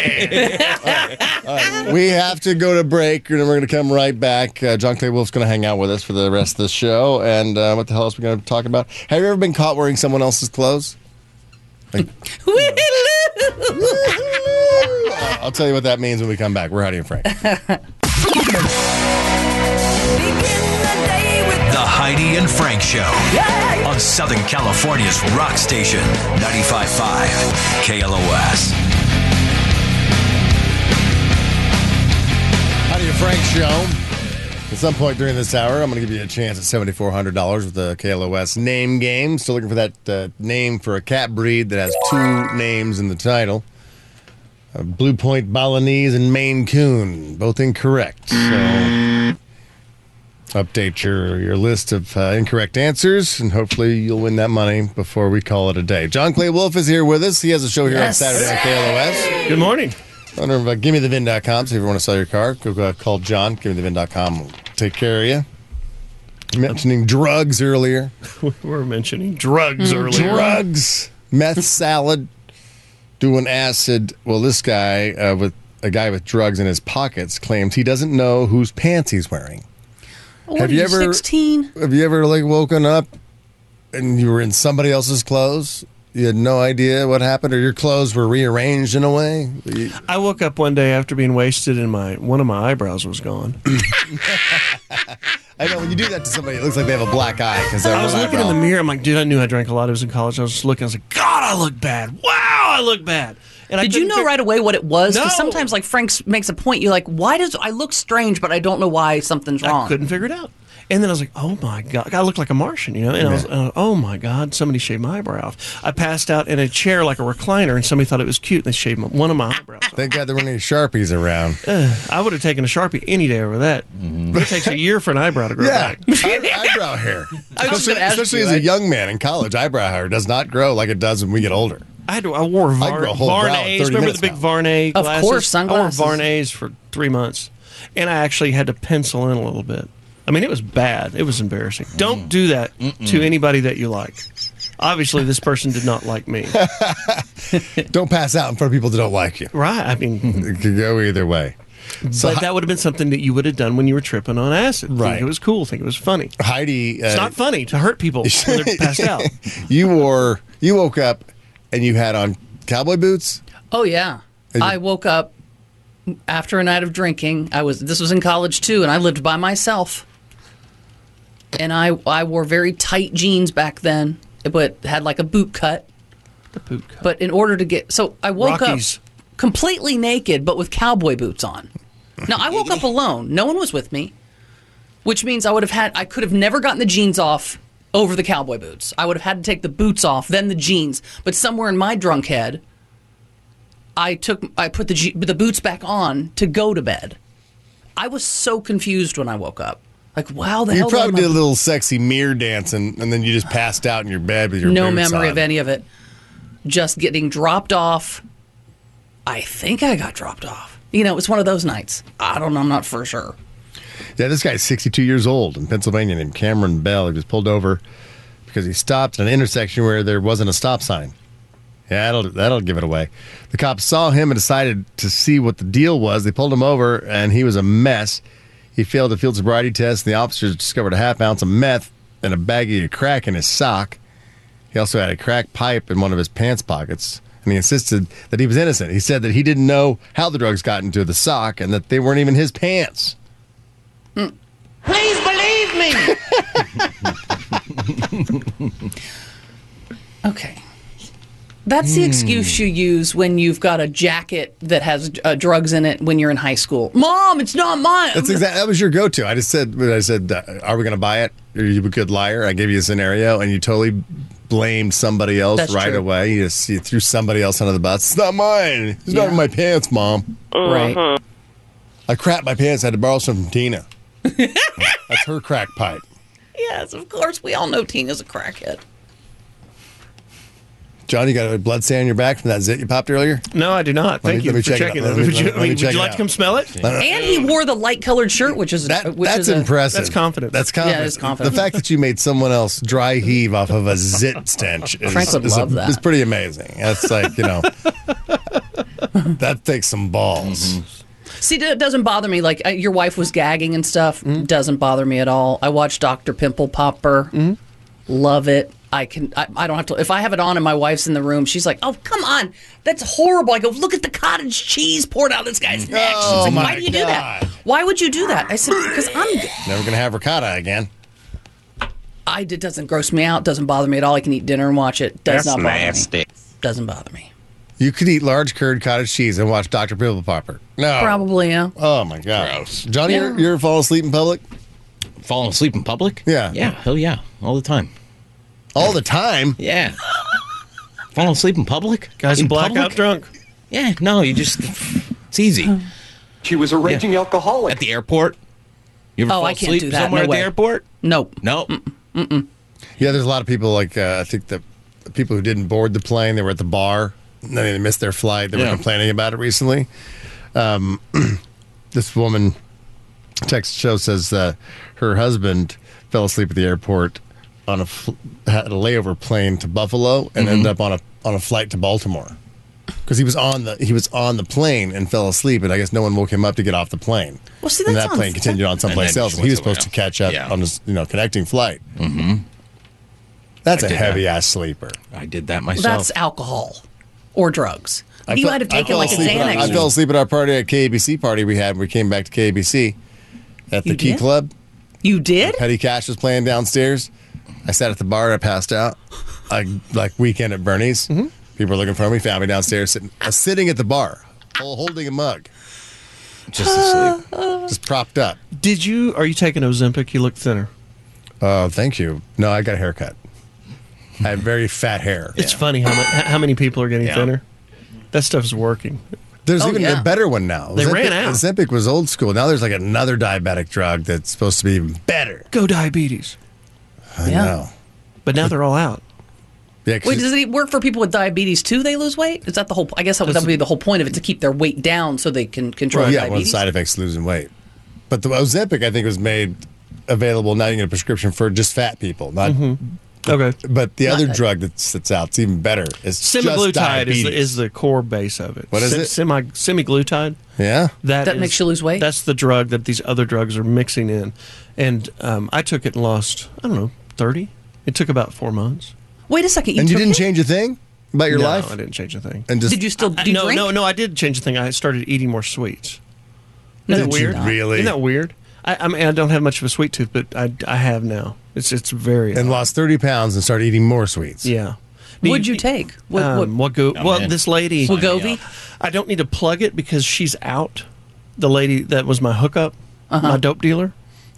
[SPEAKER 3] we have to go to break, and then we're going to come right back. Uh, John Clay Wolf's going to hang out with us for the rest of the show. And uh, what the hell else are we going to talk about? Have you ever been caught wearing someone else's clothes? Like, uh, I'll tell you what that means when we come back. We're Heidi and Frank.
[SPEAKER 1] The Heidi and Frank Show on Southern California's rock station, 95.5 KLOS.
[SPEAKER 3] Heidi and Frank show. At some point during this hour, I'm going to give you a chance at $7,400 with the KLOS name game. Still looking for that uh, name for a cat breed that has two names in the title. Uh, Blue Point Balinese and Maine Coon, both incorrect. So update your, your list of uh, incorrect answers, and hopefully you'll win that money before we call it a day. John Clay Wolf is here with us. He has a show here
[SPEAKER 6] Yes.
[SPEAKER 3] on Saturday on KLOS.
[SPEAKER 5] Good morning.
[SPEAKER 3] I don't know about givemethevin.com. So if you want to sell your car, go uh, call John. Givemethevin.com will take care of you. Mentioning drugs earlier,
[SPEAKER 5] We were mentioning drugs earlier.
[SPEAKER 3] drugs, meth salad, doing acid. Well, this guy uh, with a guy with drugs in his pockets claims he doesn't know whose pants he's wearing.
[SPEAKER 6] What
[SPEAKER 3] Have
[SPEAKER 6] are
[SPEAKER 3] you ever-
[SPEAKER 6] 16?
[SPEAKER 3] Have you ever like woken up and you were in somebody else's clothes? You had no idea what happened, or your clothes were rearranged in a way. You-
[SPEAKER 5] I woke up one day after being wasted, and my one of my eyebrows was gone.
[SPEAKER 3] I know when you do that to somebody, it looks like they have a black eye because
[SPEAKER 5] I was looking in the mirror. I'm like, dude, I knew I drank a lot. I was in college. I was just looking. I was like, God, I look bad. Wow, I look bad. And I
[SPEAKER 6] Did you
[SPEAKER 5] couldn't
[SPEAKER 6] know
[SPEAKER 5] fig-
[SPEAKER 6] right away what it was? Because
[SPEAKER 5] No.
[SPEAKER 6] sometimes, like Frank s- makes a point, you're like, "Why does I look strange?" But I don't know why something's
[SPEAKER 5] I
[SPEAKER 6] wrong.
[SPEAKER 5] couldn't figure it out. And then I was like, oh my God, I look like a Martian, you know? And I was, uh, oh my God, somebody shaved my eyebrow off. I passed out in a chair like a recliner, and somebody thought it was cute, and they shaved my, one of my eyebrows off.
[SPEAKER 3] Thank God there weren't any sharpies around.
[SPEAKER 5] I would have taken a Sharpie any day over that. It takes a year for an eyebrow to grow
[SPEAKER 3] Mm-hmm. Yeah,
[SPEAKER 5] back.
[SPEAKER 3] eye- eyebrow hair.
[SPEAKER 6] I was just
[SPEAKER 3] Especially,
[SPEAKER 6] gonna ask
[SPEAKER 3] especially
[SPEAKER 6] you,
[SPEAKER 3] as a
[SPEAKER 6] like-
[SPEAKER 3] young man in college, eyebrow hair does not grow like it does when we get older.
[SPEAKER 5] I had to, I wore
[SPEAKER 3] I grew a
[SPEAKER 5] Var-
[SPEAKER 3] whole brow in 30
[SPEAKER 5] Varnays. Remember the
[SPEAKER 3] minutes
[SPEAKER 5] big
[SPEAKER 3] now.
[SPEAKER 5] Varnay
[SPEAKER 6] Of
[SPEAKER 5] glasses?
[SPEAKER 6] course, sunglasses.
[SPEAKER 5] I wore Varnays for three months, and I actually had to pencil in a little bit. I mean, it was bad. It was embarrassing. Don't do that to anybody that you like. Obviously, this person did not like me.
[SPEAKER 3] Don't pass out in front of people that don't like you.
[SPEAKER 5] right? I mean,
[SPEAKER 3] It could go either way. Mm-hmm. So
[SPEAKER 5] but that would have been something that you would have done when you were tripping on acid.
[SPEAKER 3] Right.
[SPEAKER 5] Think it was cool. Think it was funny.
[SPEAKER 3] Heidi, uh,
[SPEAKER 5] It's not funny to hurt people when they're passed out.
[SPEAKER 3] you wore, you woke up and you had on cowboy boots.
[SPEAKER 6] Oh yeah,
[SPEAKER 3] you-
[SPEAKER 6] I woke up after a night of drinking, I was this was in college too, and I lived by myself. And I I wore very tight jeans back then, but had like a boot cut.
[SPEAKER 5] The poop cut.
[SPEAKER 6] But in order to get so I woke
[SPEAKER 5] Rockies.
[SPEAKER 6] up completely naked but with cowboy boots on. Now I woke up alone. No one was with me. Which means I would have had I could have never gotten the jeans off over the cowboy boots. I would have had to take the boots off, then the jeans. But somewhere in my drunk head, I took I put the je- the boots back on to go to bed. I was so confused when I woke up. Like, wow, the
[SPEAKER 3] You
[SPEAKER 6] hell did I
[SPEAKER 3] probably
[SPEAKER 6] my-
[SPEAKER 3] did a little sexy mirror dance, and, and then you just passed out in your bed with your
[SPEAKER 6] no
[SPEAKER 3] boots
[SPEAKER 6] memory
[SPEAKER 3] on.
[SPEAKER 6] of any of it. Just getting dropped off. I think I got dropped off. You know, it was one of those nights. I don't know. I'm not for sure.
[SPEAKER 3] Yeah, this guy's 62 years old in Pennsylvania named Cameron Bell. He was pulled over because he stopped at an intersection where there wasn't a stop sign. Yeah, that'll, that'll give it away. The cops saw him and decided to see what the deal was. They pulled him over, and he was a mess. He failed a field sobriety test, and the officers discovered a half ounce of meth and a baggie of crack in his sock. He also had a crack pipe in one of his pants pockets, and he insisted that he was innocent. He said that he didn't know how the drugs got into the sock and that they weren't even his pants.
[SPEAKER 7] Please believe me.
[SPEAKER 6] Okay. That's
[SPEAKER 3] Hmm.
[SPEAKER 6] the excuse you use when you've got a jacket that has uh, drugs in it when you're in high school. Mom, it's not mine.
[SPEAKER 3] That's exactly that was your go-to. I just said, I said, uh, are we going to buy it? Are you a good liar? I gave you a scenario, and you totally blamed somebody else
[SPEAKER 6] That's
[SPEAKER 3] right
[SPEAKER 6] true.
[SPEAKER 3] away. You just you threw somebody else under the bus. It's not mine. It's not
[SPEAKER 6] Yeah.
[SPEAKER 3] in my pants, mom.
[SPEAKER 6] Right.
[SPEAKER 3] I crapped my pants. I had to borrow some from Tina. That's her crack pipe.
[SPEAKER 6] Yes, of course. We all know Tina's a crackhead.
[SPEAKER 3] John, you got a blood stain on your back from that zit you popped earlier?
[SPEAKER 5] No, I do not.
[SPEAKER 3] Let me-
[SPEAKER 5] Thank
[SPEAKER 3] let me
[SPEAKER 5] you for
[SPEAKER 3] check it
[SPEAKER 5] checking
[SPEAKER 3] out.
[SPEAKER 5] that.
[SPEAKER 3] Let me-
[SPEAKER 5] Would you,
[SPEAKER 3] let me
[SPEAKER 5] would you
[SPEAKER 3] check it
[SPEAKER 5] like
[SPEAKER 3] out.
[SPEAKER 5] to come smell it?
[SPEAKER 6] And he wore the light colored shirt, which is
[SPEAKER 3] That,
[SPEAKER 6] which
[SPEAKER 3] that's
[SPEAKER 6] is a-
[SPEAKER 3] impressive.
[SPEAKER 5] That's confidence.
[SPEAKER 3] That's
[SPEAKER 6] Yeah, it
[SPEAKER 3] confidence.
[SPEAKER 6] is confidence.
[SPEAKER 3] The fact that you made someone else dry heave off of a zit stench is,
[SPEAKER 6] Frank would
[SPEAKER 3] is, a-
[SPEAKER 6] love that.
[SPEAKER 3] is pretty amazing. That's like, you know, that takes some balls.
[SPEAKER 5] Mm-hmm.
[SPEAKER 6] See, it doesn't bother me. Like uh, your wife was gagging and stuff.
[SPEAKER 3] Mm-hmm.
[SPEAKER 6] Doesn't bother me at all. I watch Doctor Pimple Popper.
[SPEAKER 3] Mm-hmm.
[SPEAKER 6] Love it. I can. I, I don't have to. If I have it on and my wife's in the room, she's like, "Oh, come on, that's horrible." I go, "Look at the cottage cheese poured out of this guy's neck." She's
[SPEAKER 3] Oh,
[SPEAKER 6] like,
[SPEAKER 3] my
[SPEAKER 6] "Why do you do that?
[SPEAKER 3] God.
[SPEAKER 6] Why would you do that?" I said, "Because I'm.
[SPEAKER 3] Never going to have ricotta again.
[SPEAKER 6] I it doesn't gross me out. Doesn't bother me at all. I can eat dinner and watch it. Does not bother me. Doesn't bother me.
[SPEAKER 3] You could eat large curd cottage cheese and watch Dr. Pimple Popper. No.
[SPEAKER 6] Probably yeah.
[SPEAKER 3] Oh, my God.
[SPEAKER 4] Gross.
[SPEAKER 3] Johnny,
[SPEAKER 6] Yeah.
[SPEAKER 3] you're, you're falling asleep in public?
[SPEAKER 4] Falling asleep in public?
[SPEAKER 3] Yeah.
[SPEAKER 4] Yeah. Hell yeah. All the time.
[SPEAKER 3] All the time.
[SPEAKER 4] Yeah. Falling asleep in public?
[SPEAKER 5] Guys,
[SPEAKER 4] in
[SPEAKER 5] blackout
[SPEAKER 4] public?
[SPEAKER 5] drunk.
[SPEAKER 4] Yeah. No, you just. It's easy.
[SPEAKER 8] She was a raging alcoholic.
[SPEAKER 4] At the airport. You ever
[SPEAKER 6] Oh,
[SPEAKER 4] fall
[SPEAKER 6] I can't
[SPEAKER 4] asleep
[SPEAKER 6] do that.
[SPEAKER 4] somewhere
[SPEAKER 6] No
[SPEAKER 4] at
[SPEAKER 6] way.
[SPEAKER 4] the airport?
[SPEAKER 6] Nope.
[SPEAKER 4] No.
[SPEAKER 3] Yeah, there's a lot of people like uh, I think the the people who didn't board the plane, they were at the bar, and then they missed their flight. They were
[SPEAKER 4] Yeah.
[SPEAKER 3] complaining about it recently. Um, this woman text show says uh, her husband fell asleep at the airport on a fl- had a layover plane to Buffalo and ended up on a on a flight to Baltimore because he was on the he was on the plane and fell asleep, and I guess no one woke him up to get off the plane.
[SPEAKER 6] Well, see,
[SPEAKER 3] and
[SPEAKER 6] that
[SPEAKER 3] that
[SPEAKER 6] sounds-
[SPEAKER 3] plane continued on someplace
[SPEAKER 4] then
[SPEAKER 3] else.
[SPEAKER 4] just
[SPEAKER 3] and He was
[SPEAKER 4] went
[SPEAKER 3] supposed to
[SPEAKER 4] somewhere
[SPEAKER 3] catch up
[SPEAKER 4] else. Yeah.
[SPEAKER 3] on his you know connecting flight. Mm-hmm. That's a
[SPEAKER 4] did that.
[SPEAKER 3] heavy ass sleeper.
[SPEAKER 4] I did that myself.
[SPEAKER 6] That's alcohol or drugs.
[SPEAKER 3] I
[SPEAKER 6] he
[SPEAKER 3] fell-
[SPEAKER 6] might have
[SPEAKER 3] I
[SPEAKER 6] taken
[SPEAKER 3] fell
[SPEAKER 6] like a
[SPEAKER 3] asleep at-
[SPEAKER 6] Xanax.
[SPEAKER 3] I fell asleep at our party at KABC party we had. when We came back to KABC at the
[SPEAKER 6] You
[SPEAKER 3] Key
[SPEAKER 6] did?
[SPEAKER 3] Club.
[SPEAKER 6] you did?
[SPEAKER 3] Petty Cash was playing downstairs. I sat at the bar. I passed out. I like weekend at Bernie's.
[SPEAKER 6] Mm-hmm.
[SPEAKER 3] People were looking for me. Found me downstairs sitting uh, sitting at the bar, hol- holding a mug,
[SPEAKER 4] just asleep.
[SPEAKER 3] just propped up.
[SPEAKER 5] Did you? Are you taking Ozempic? You look thinner.
[SPEAKER 3] Oh, thank you. No, I got a haircut. I have very fat hair.
[SPEAKER 5] It's funny how much, how many people are getting
[SPEAKER 4] Yeah.
[SPEAKER 5] thinner. That stuff's working.
[SPEAKER 3] There's
[SPEAKER 6] Oh,
[SPEAKER 3] even
[SPEAKER 6] yeah.
[SPEAKER 3] a better one now.
[SPEAKER 5] They ran out.
[SPEAKER 3] Ozempic was old school. Now there's like another diabetic drug that's supposed to be even better.
[SPEAKER 5] Go diabetes.
[SPEAKER 3] I
[SPEAKER 6] Yeah.
[SPEAKER 3] know.
[SPEAKER 5] But now they're all out.
[SPEAKER 3] Yeah, 'cause
[SPEAKER 6] Wait, does it work for people with diabetes too? They lose weight? Is that the whole? I guess that would, that would be the whole point of it to keep their weight down so they can control
[SPEAKER 3] Well, yeah, one of the
[SPEAKER 6] diabetes.
[SPEAKER 3] side effects is losing weight. But the Ozempic, I think, was made available now. You can get a prescription for just fat people, not.
[SPEAKER 5] Mm-hmm. Okay.
[SPEAKER 3] But the
[SPEAKER 6] Not
[SPEAKER 3] other
[SPEAKER 6] that-
[SPEAKER 3] drug that's, that's out, it's even better. It's just
[SPEAKER 5] Semaglutide is
[SPEAKER 3] diabetes.
[SPEAKER 5] the, is the core base of it.
[SPEAKER 3] What is it?
[SPEAKER 5] Semi semiglutide.
[SPEAKER 3] yeah.
[SPEAKER 6] That
[SPEAKER 5] is-
[SPEAKER 6] makes you lose weight?
[SPEAKER 5] That's the drug that these other drugs are mixing in, and um, I took it and lost I don't know thirty. It took about four months.
[SPEAKER 6] Wait a second. You
[SPEAKER 3] And you
[SPEAKER 6] took
[SPEAKER 3] didn't
[SPEAKER 6] it?
[SPEAKER 3] change a thing. about your
[SPEAKER 5] no,
[SPEAKER 3] life?
[SPEAKER 5] I didn't change a thing.
[SPEAKER 3] And just
[SPEAKER 6] Did you still do you
[SPEAKER 5] Uh, no,
[SPEAKER 6] drink?
[SPEAKER 5] no, no. I did change a thing. I started eating more sweets.
[SPEAKER 6] No,
[SPEAKER 5] Isn't that
[SPEAKER 6] you
[SPEAKER 5] weird?
[SPEAKER 6] don't.
[SPEAKER 3] Really?
[SPEAKER 5] Isn't that weird? I, I mean, I don't have much of a sweet tooth, but I, I have now. It's it's very
[SPEAKER 3] and
[SPEAKER 5] odd.
[SPEAKER 3] lost thirty pounds and started eating more sweets.
[SPEAKER 5] yeah. Do
[SPEAKER 6] What'd you take? What,
[SPEAKER 5] um,
[SPEAKER 6] what,
[SPEAKER 5] Wago-
[SPEAKER 4] Oh,
[SPEAKER 5] well,
[SPEAKER 4] man.
[SPEAKER 5] this lady
[SPEAKER 6] Wagovi?
[SPEAKER 5] I don't need to plug it because she's out. The lady that was my hookup, my dope dealer. Um,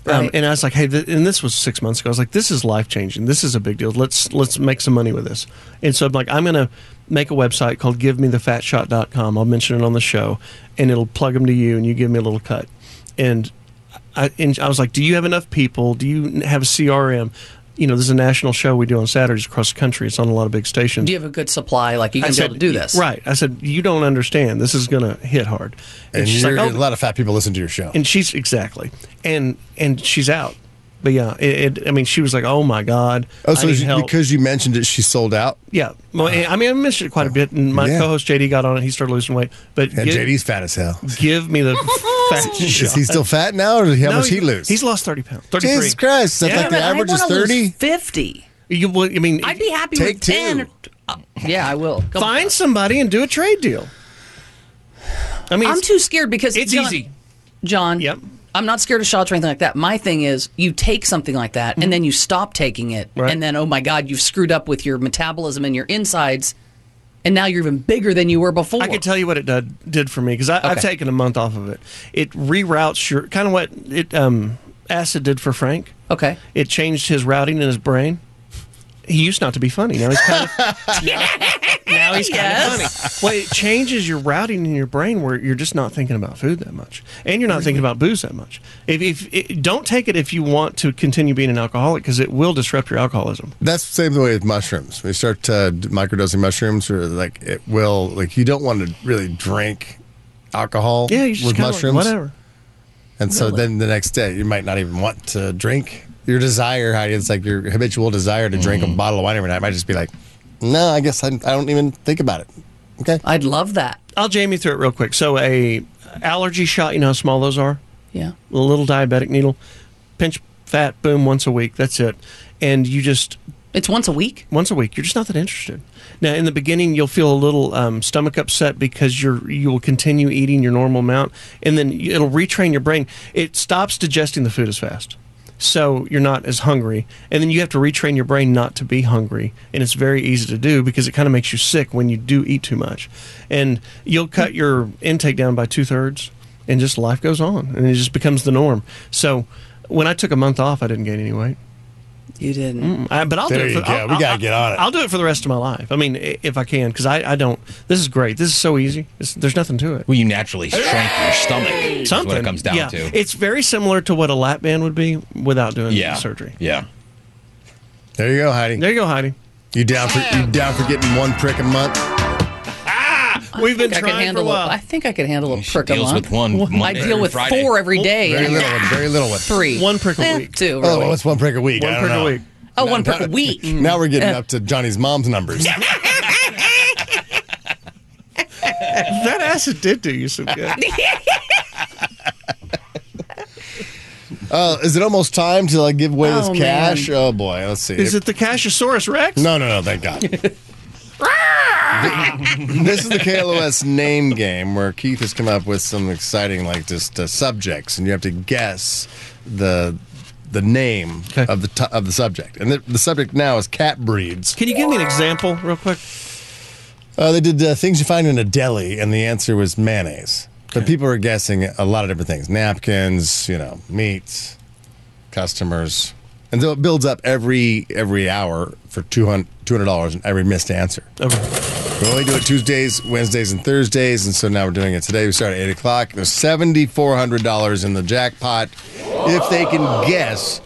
[SPEAKER 6] Uh-huh. Right.
[SPEAKER 5] and I was like, hey, th- and this was six months ago. I was like, this is life changing. This is a big deal. Let's let's make some money with this. And so I'm like, I'm going to make a website called GiveMeTheFatShot.com. I'll mention it on the show, and it'll plug them to you, and you give me a little cut. And I, and I was like, do you have enough people? Do you have a CRM? You know, there's a national show we do on Saturdays across the country. It's on a lot of big stations.
[SPEAKER 6] Do you have a good supply? Like you
[SPEAKER 5] I
[SPEAKER 6] can be
[SPEAKER 5] said,
[SPEAKER 6] able to do
[SPEAKER 5] "Y-
[SPEAKER 6] this,
[SPEAKER 5] Right. I said, you don't understand. This is going to hit hard. And,
[SPEAKER 3] And
[SPEAKER 5] she's
[SPEAKER 3] you're,
[SPEAKER 5] like,
[SPEAKER 3] a
[SPEAKER 5] oh.
[SPEAKER 3] lot of fat people listen to your show.
[SPEAKER 5] and she's exactly, and and she's out. But yeah, it, it, I mean, she was like, oh my god.
[SPEAKER 3] oh,
[SPEAKER 5] I
[SPEAKER 3] so
[SPEAKER 5] need
[SPEAKER 3] she-
[SPEAKER 5] help.
[SPEAKER 3] because you mentioned it, she sold out.
[SPEAKER 5] yeah. Well, and- I mean, I mentioned it quite a bit, and my
[SPEAKER 3] Yeah.
[SPEAKER 5] co-host JD got on it. He started losing weight, but
[SPEAKER 3] And
[SPEAKER 5] give,
[SPEAKER 3] JD's fat as hell.
[SPEAKER 5] give me the fact.
[SPEAKER 3] Is he still fat now, or how much he lose?
[SPEAKER 5] He's lost thirty pounds. Thirty-three.
[SPEAKER 3] Jesus Christ! That's
[SPEAKER 5] Yeah.
[SPEAKER 3] like the
[SPEAKER 6] But I
[SPEAKER 3] average is
[SPEAKER 6] wanna lose
[SPEAKER 3] thirty.
[SPEAKER 6] Fifty.
[SPEAKER 5] You, well, I mean,
[SPEAKER 6] I'd be happy
[SPEAKER 3] Take
[SPEAKER 6] with
[SPEAKER 3] two.
[SPEAKER 6] ten. or- uh, yeah, I will. Come on.
[SPEAKER 5] find somebody and do a trade deal. I mean,
[SPEAKER 6] I'm
[SPEAKER 5] it's-
[SPEAKER 6] too scared because
[SPEAKER 5] It's
[SPEAKER 6] John-
[SPEAKER 5] easy.
[SPEAKER 6] John.
[SPEAKER 5] Yep.
[SPEAKER 6] I'm not scared of shots or anything like that. My thing is, you take something like that and then you stop taking it,
[SPEAKER 5] Mm-hmm. Right.
[SPEAKER 6] and then oh my god, you've screwed up with your metabolism and your insides, and now you're even bigger than you were before.
[SPEAKER 5] I can tell you what it did, did for me because I've
[SPEAKER 6] Okay.
[SPEAKER 5] taken a month off of it. It reroutes your kind of what it um, acid did for Frank.
[SPEAKER 6] Okay.
[SPEAKER 5] It changed his routing in his brain. He used not to be funny. Now he's kind of now he's kind of funny. Well, it changes your routing in your brain where you're just not thinking about food that much, and you're not thinking about booze that much. If, if it, don't take it if you want to continue being an alcoholic because it will disrupt your alcoholism.
[SPEAKER 3] That's the same way with mushrooms. When you start uh, d- microdosing mushrooms, or like it will, like you don't want to really drink alcohol
[SPEAKER 5] Yeah, you just
[SPEAKER 3] with
[SPEAKER 5] kinda like,
[SPEAKER 3] mushrooms.
[SPEAKER 5] whatever.
[SPEAKER 3] And so then the next day, you might not even want to drink. Your desire, Heidi, it's like your habitual desire to drink
[SPEAKER 5] Mm.
[SPEAKER 3] a bottle of wine every night might just be like, no, I guess I, I don't even think about it. Okay.
[SPEAKER 6] I'd love that.
[SPEAKER 5] I'll jam you through it real quick. So a allergy shot, you know how small those are?
[SPEAKER 6] Yeah.
[SPEAKER 5] A little diabetic needle, pinch fat, boom, once a week. That's it. And you just
[SPEAKER 6] It's once a week.
[SPEAKER 5] once a week. You're just not that interested. Now, in the beginning, you'll feel a little um, stomach upset because you're you will continue eating your normal amount, and then you- it'll retrain your brain. It stops digesting the food as fast, so you're not as hungry, and then you have to retrain your brain not to be hungry. And it's very easy to do because it kind of makes you sick when you do eat too much, and you'll cut your intake down by two thirds, and just life goes on, and it just becomes the norm. So. When I took a month off, I didn't gain any weight.
[SPEAKER 6] You didn't.
[SPEAKER 5] I, but I'll
[SPEAKER 3] There
[SPEAKER 5] do it.
[SPEAKER 3] you
[SPEAKER 5] For,
[SPEAKER 3] go.
[SPEAKER 5] I'll,
[SPEAKER 3] We
[SPEAKER 5] I'll-
[SPEAKER 3] gotta get on it.
[SPEAKER 5] I'll do it for the rest of my life. I mean, i- if I can, because I, I don't. This is great. This is so easy. It's, there's nothing to it.
[SPEAKER 4] Well, you naturally shrink your stomach. is
[SPEAKER 5] Something
[SPEAKER 4] what it comes down
[SPEAKER 5] yeah.
[SPEAKER 4] to.
[SPEAKER 5] It's very similar to what a lap band would be without doing
[SPEAKER 4] yeah.
[SPEAKER 5] surgery.
[SPEAKER 4] Yeah.
[SPEAKER 3] There you go, Heidi.
[SPEAKER 5] There you go, Heidi.
[SPEAKER 3] You down for you down for getting one prick a month?
[SPEAKER 5] We've been
[SPEAKER 6] I could
[SPEAKER 5] trying for a
[SPEAKER 6] handle.
[SPEAKER 5] while.
[SPEAKER 6] A, I think I could handle a
[SPEAKER 4] She
[SPEAKER 6] prick a
[SPEAKER 4] deals
[SPEAKER 6] month.
[SPEAKER 4] with one
[SPEAKER 6] I
[SPEAKER 4] Monday
[SPEAKER 6] deal
[SPEAKER 4] through
[SPEAKER 6] with
[SPEAKER 4] Friday.
[SPEAKER 6] four every day.
[SPEAKER 3] Very little one. Very little one.
[SPEAKER 6] Three.
[SPEAKER 5] One prick a
[SPEAKER 6] Eh,
[SPEAKER 5] week.
[SPEAKER 6] Two.
[SPEAKER 3] Oh,
[SPEAKER 6] Really.
[SPEAKER 3] well, it's one prick a week.
[SPEAKER 5] One
[SPEAKER 3] I don't
[SPEAKER 5] prick a
[SPEAKER 3] know. Hmm.
[SPEAKER 5] week.
[SPEAKER 6] Oh, one prick a week.
[SPEAKER 4] Mm.
[SPEAKER 3] Now we're getting up to Johnny's mom's numbers.
[SPEAKER 5] that acid did do you some good.
[SPEAKER 3] Uh, is it almost time to like give away this
[SPEAKER 6] Oh,
[SPEAKER 3] cash? Oh boy, let's see.
[SPEAKER 5] Is it the Cashosaurus Rex?
[SPEAKER 3] No, no, no, thank God. this is the KLOS name game where Keith has come up with some exciting, like just uh, subjects, and you have to guess the the name
[SPEAKER 5] Okay.
[SPEAKER 3] of the t- of the subject. And the, the subject now is cat breeds.
[SPEAKER 5] Can you give me an example real quick?
[SPEAKER 3] Uh, they did uh, things you find in a deli, and the answer was mayonnaise. But people are guessing a lot of different things: napkins, you know, meats, customers, and so it builds up every every hour for 200 dollars and every missed answer.
[SPEAKER 5] Okay.
[SPEAKER 3] We only do it Tuesdays, Wednesdays, and Thursdays, and so now we're doing it today. We start at eight o'clock. There's seventy four hundred dollars in the jackpot if they can guess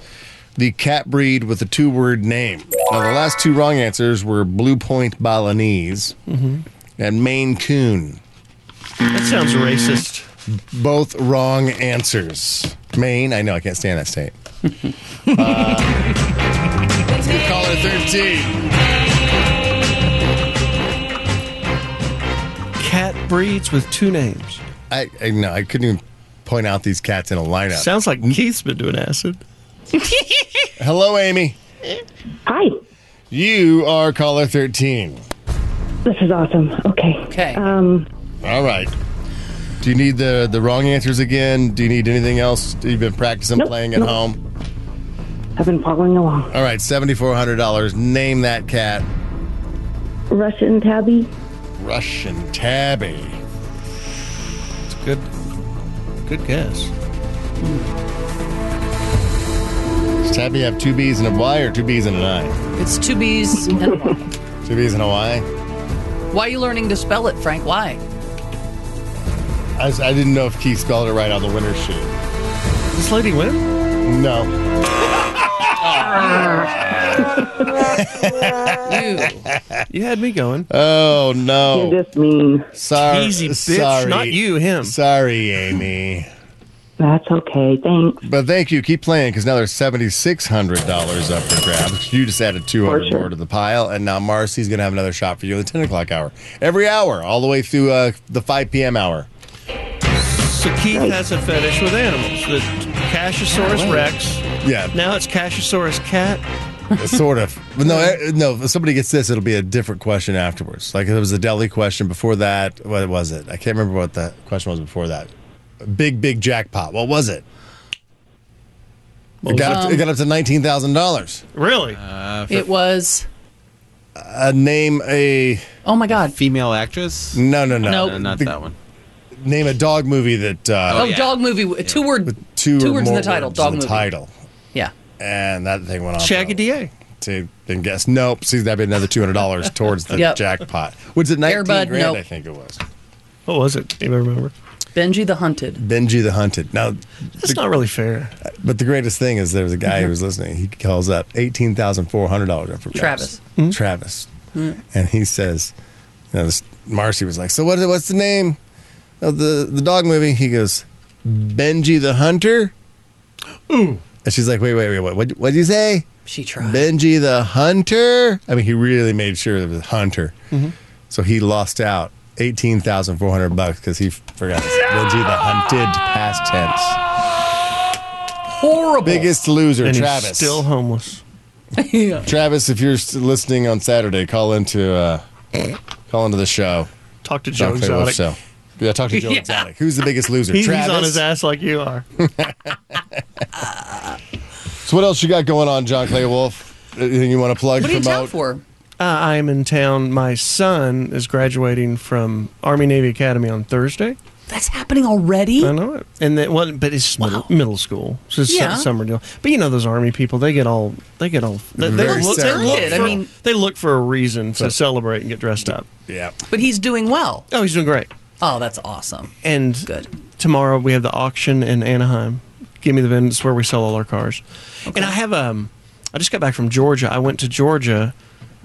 [SPEAKER 3] the cat breed with a two word name. Now the last two wrong answers were Blue Point Balinese and Maine Coon.
[SPEAKER 5] That sounds racist.
[SPEAKER 3] Both wrong answers. Maine, I know I can't stand that state. uh, caller thirteen.
[SPEAKER 5] Cat breeds with two names.
[SPEAKER 3] I, I no, I couldn't even point out these cats in a lineup.
[SPEAKER 5] Sounds like Keith's been doing acid.
[SPEAKER 3] Hello, Amy.
[SPEAKER 9] Hi.
[SPEAKER 3] You are caller 13.
[SPEAKER 9] This is awesome. Okay.
[SPEAKER 6] Okay.
[SPEAKER 9] Um,
[SPEAKER 3] All right. Do you need the the wrong answers again? Do you need anything else? You've been practicing
[SPEAKER 9] Nope,
[SPEAKER 3] playing at
[SPEAKER 9] nope.
[SPEAKER 3] home.
[SPEAKER 9] I've been following along.
[SPEAKER 3] All right, seventy four hundred dollars. Name that cat.
[SPEAKER 9] Russian tabby.
[SPEAKER 3] Russian tabby.
[SPEAKER 5] It's good. Good guess.
[SPEAKER 3] Does tabby have two B's and a Y or two B's and an I?
[SPEAKER 6] It's two B's and a Y.
[SPEAKER 3] Two B's and a Y.
[SPEAKER 6] Why are you learning to spell it, Frank? Why?
[SPEAKER 3] I, s- I didn't know if Keith spelled it right on the winner's sheet.
[SPEAKER 5] Does this lady win?
[SPEAKER 3] No.
[SPEAKER 5] You had me going.
[SPEAKER 3] Oh no.
[SPEAKER 9] You're just mean.
[SPEAKER 3] Sorry.
[SPEAKER 5] Easy, bitch.
[SPEAKER 3] Sorry.
[SPEAKER 5] Not you, him.
[SPEAKER 3] Sorry, Amy.
[SPEAKER 9] That's okay. Thanks.
[SPEAKER 3] But thank you. Keep playing because now there's seventy six hundred dollars up for grabs. You just added two hundred
[SPEAKER 9] For sure.
[SPEAKER 3] more to the pile, and now Marcy's going to have another shot for you in the ten o'clock hour. Every hour, all the way through uh, the five p.m. hour.
[SPEAKER 5] So Keith has a fetish with animals. The Cachosaurus Rex.
[SPEAKER 3] Yeah,
[SPEAKER 5] Now it's Cachosaurus Cat.
[SPEAKER 3] sort of. But no, eh, no. If somebody gets this, it'll be a different question afterwards. Like if it was a deli question before that. What was it? I can't remember what the question was before that. Big big jackpot. What was it? It got, up to, it got up to nineteen thousand dollars.
[SPEAKER 5] Really?
[SPEAKER 6] It was.
[SPEAKER 3] Uh, name a
[SPEAKER 6] Oh my God.
[SPEAKER 10] Female actress?
[SPEAKER 3] no no no
[SPEAKER 6] Nope.
[SPEAKER 10] No, not
[SPEAKER 3] The-
[SPEAKER 10] that one.
[SPEAKER 3] name a dog movie that
[SPEAKER 6] Oh,
[SPEAKER 3] uh,
[SPEAKER 10] yeah.
[SPEAKER 6] dog movie. Two word.
[SPEAKER 3] two, or
[SPEAKER 6] words in
[SPEAKER 3] more
[SPEAKER 6] the title.
[SPEAKER 3] words
[SPEAKER 6] Dog
[SPEAKER 3] in the
[SPEAKER 6] movie.
[SPEAKER 3] title,
[SPEAKER 6] Yeah.
[SPEAKER 3] and that thing went off.
[SPEAKER 5] Shaggy
[SPEAKER 3] D.
[SPEAKER 5] DA.
[SPEAKER 3] To then guess, nope. See, that'd be another two hundred dollars towards the
[SPEAKER 6] Yep.
[SPEAKER 3] jackpot. Was it nineteen
[SPEAKER 6] Airbud,
[SPEAKER 3] grand?
[SPEAKER 6] nope.
[SPEAKER 3] I think it was.
[SPEAKER 5] What was it? Anybody remember?
[SPEAKER 6] Benji the Hunted.
[SPEAKER 3] Benji the Hunted. Now,
[SPEAKER 5] That's not really fair.
[SPEAKER 3] but the greatest thing is there's a guy who was listening. He calls up eighteen thousand four hundred dollars up for grabs.
[SPEAKER 6] Travis.
[SPEAKER 3] Travis, and he says, you know, this, "Marcy was like, so what? What's the name of the the dog movie?" He goes, "Benji the Hunter." Ooh. And she's like, "Wait, wait, wait, what? What what'd you say?"
[SPEAKER 6] She tried.
[SPEAKER 3] Benji the Hunter. I mean, he really made sure it was Hunter. So he lost out eighteen thousand four hundred bucks because he f- forgot it's Benji the Hunted past tense.
[SPEAKER 6] Horrible.
[SPEAKER 3] Biggest loser,
[SPEAKER 5] And
[SPEAKER 3] Travis.
[SPEAKER 5] he's still homeless.
[SPEAKER 6] Yeah.
[SPEAKER 3] Travis, if you're s- listening on Saturday, call into uh, call into the show.
[SPEAKER 5] Talk to Joe
[SPEAKER 3] John Clay Wolf
[SPEAKER 5] Exotic.
[SPEAKER 3] show. Yeah, talk to Joe
[SPEAKER 6] Yeah.
[SPEAKER 3] Exotic. Who's the biggest loser?
[SPEAKER 5] He- He's
[SPEAKER 3] Travis.
[SPEAKER 5] on his ass like you are.
[SPEAKER 3] So what else you got going on, John Clay Wolf? Anything you want to plug?
[SPEAKER 6] What are you in town
[SPEAKER 3] promote?
[SPEAKER 6] for?
[SPEAKER 5] Uh, I am in town. My son is graduating from Army Navy Academy on Thursday.
[SPEAKER 6] That's happening already.
[SPEAKER 5] I know it, and then well, but it's middle, middle school, so it's su-
[SPEAKER 6] Yeah.
[SPEAKER 5] summer deal. But you know those Army people, they get all they get all they, they
[SPEAKER 3] Very
[SPEAKER 5] look, they look
[SPEAKER 6] serious.
[SPEAKER 5] for,
[SPEAKER 6] I mean-
[SPEAKER 5] they look for a reason to celebrate and get dressed up.
[SPEAKER 3] Yeah.
[SPEAKER 6] But he's doing well.
[SPEAKER 5] Oh, he's doing great.
[SPEAKER 6] Oh, that's awesome.
[SPEAKER 5] And
[SPEAKER 6] Good.
[SPEAKER 5] tomorrow we have the auction in Anaheim. Give me the VIN. It's where we sell all our cars. And I have um, I just got back from Georgia. I went to Georgia.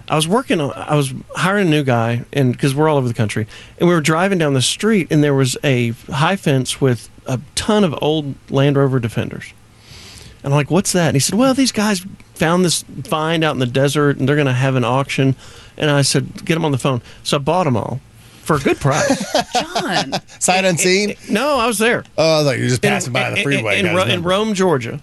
[SPEAKER 5] I was working. on I was hiring a new guy, and because we're all over the country, and we were driving down the street, and there was a high fence with a ton of old Land Rover Defenders. And I'm like, what's that? And he said, well, these guys found this find out in the desert and they're going to have an auction. And I said, get them on the phone. So I bought them all for a good price.
[SPEAKER 6] John.
[SPEAKER 3] Sight unseen.
[SPEAKER 5] no, I was there.
[SPEAKER 3] Oh, I thought you were just passing by on the freeway.
[SPEAKER 5] In,
[SPEAKER 3] guys.
[SPEAKER 5] Ro- in Rome, Georgia.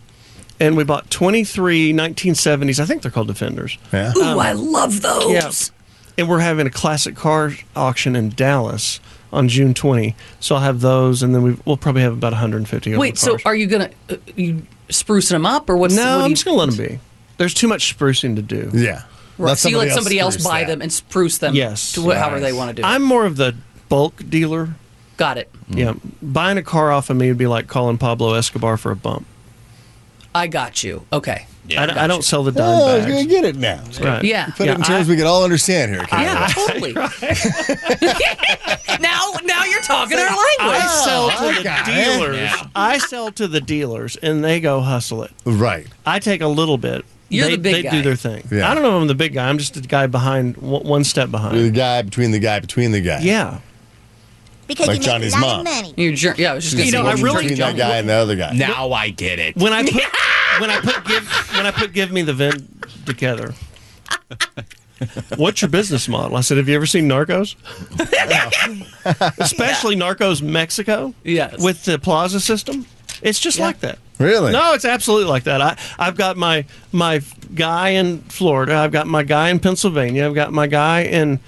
[SPEAKER 5] And we bought 23 1970s. I think they're called Defenders.
[SPEAKER 3] Yeah.
[SPEAKER 6] Ooh, I love those.
[SPEAKER 5] And we're having a classic car auction in Dallas on June 20. So I'll have those, and then we've, we'll probably have about 150
[SPEAKER 6] Wait, so are you gonna uh, you sprucing them up or what's?
[SPEAKER 5] No,
[SPEAKER 6] what do
[SPEAKER 5] I'm
[SPEAKER 6] you-
[SPEAKER 5] just going to let them be. There's too much sprucing to do.
[SPEAKER 3] Yeah.
[SPEAKER 6] Right. So you let somebody else
[SPEAKER 3] spruce
[SPEAKER 6] buy
[SPEAKER 3] that.
[SPEAKER 6] them and spruce them.
[SPEAKER 5] Yes.
[SPEAKER 6] To wh- however
[SPEAKER 3] Nice.
[SPEAKER 6] they want to do. it.
[SPEAKER 5] I'm more of the bulk dealer.
[SPEAKER 6] Got it.
[SPEAKER 3] Mm.
[SPEAKER 5] Yeah, buying a car off of me would be like calling Pablo Escobar for a bump.
[SPEAKER 6] I got you. Okay.
[SPEAKER 5] I, d- I don't sell the dime
[SPEAKER 3] Oh, you're gonna
[SPEAKER 5] bags.
[SPEAKER 3] get it now.
[SPEAKER 5] Right.
[SPEAKER 6] Yeah.
[SPEAKER 3] Put
[SPEAKER 5] Yeah,
[SPEAKER 3] it in terms we could all understand here. Kayla.
[SPEAKER 6] Yeah, totally. now, now you're talking our
[SPEAKER 5] I sell
[SPEAKER 6] language.
[SPEAKER 5] to the
[SPEAKER 3] got it.
[SPEAKER 5] dealers. I sell to the dealers, and they go hustle it.
[SPEAKER 3] Right.
[SPEAKER 5] I take a little bit.
[SPEAKER 6] You're
[SPEAKER 5] they,
[SPEAKER 6] the big
[SPEAKER 5] they
[SPEAKER 6] guy.
[SPEAKER 5] do their thing.
[SPEAKER 3] Yeah.
[SPEAKER 5] I don't know if I'm the big guy. I'm just the guy behind, one one step behind.
[SPEAKER 3] You're the guy between the guy between the guy.
[SPEAKER 5] Yeah.
[SPEAKER 2] Because
[SPEAKER 3] Like
[SPEAKER 2] you make
[SPEAKER 3] Johnny's
[SPEAKER 2] a lot
[SPEAKER 3] mom.
[SPEAKER 2] of money.
[SPEAKER 6] You're jer- yeah, I was just gonna
[SPEAKER 3] She's
[SPEAKER 5] You
[SPEAKER 6] say,
[SPEAKER 5] know,
[SPEAKER 3] the
[SPEAKER 5] I
[SPEAKER 3] woman
[SPEAKER 5] really
[SPEAKER 3] between that
[SPEAKER 5] don't-
[SPEAKER 3] guy and the other guy.
[SPEAKER 4] Now I get it.
[SPEAKER 5] When I put when I put give when I put give me the VIN together. What's your business model? I said, Have you ever seen Narcos? Especially Narcos Mexico.
[SPEAKER 6] Yes.
[SPEAKER 5] With the plaza system. It's just like that.
[SPEAKER 3] Really?
[SPEAKER 5] No, it's absolutely like that. I, I've got my my guy in Florida. I've got my guy in Pennsylvania. I've got my guy in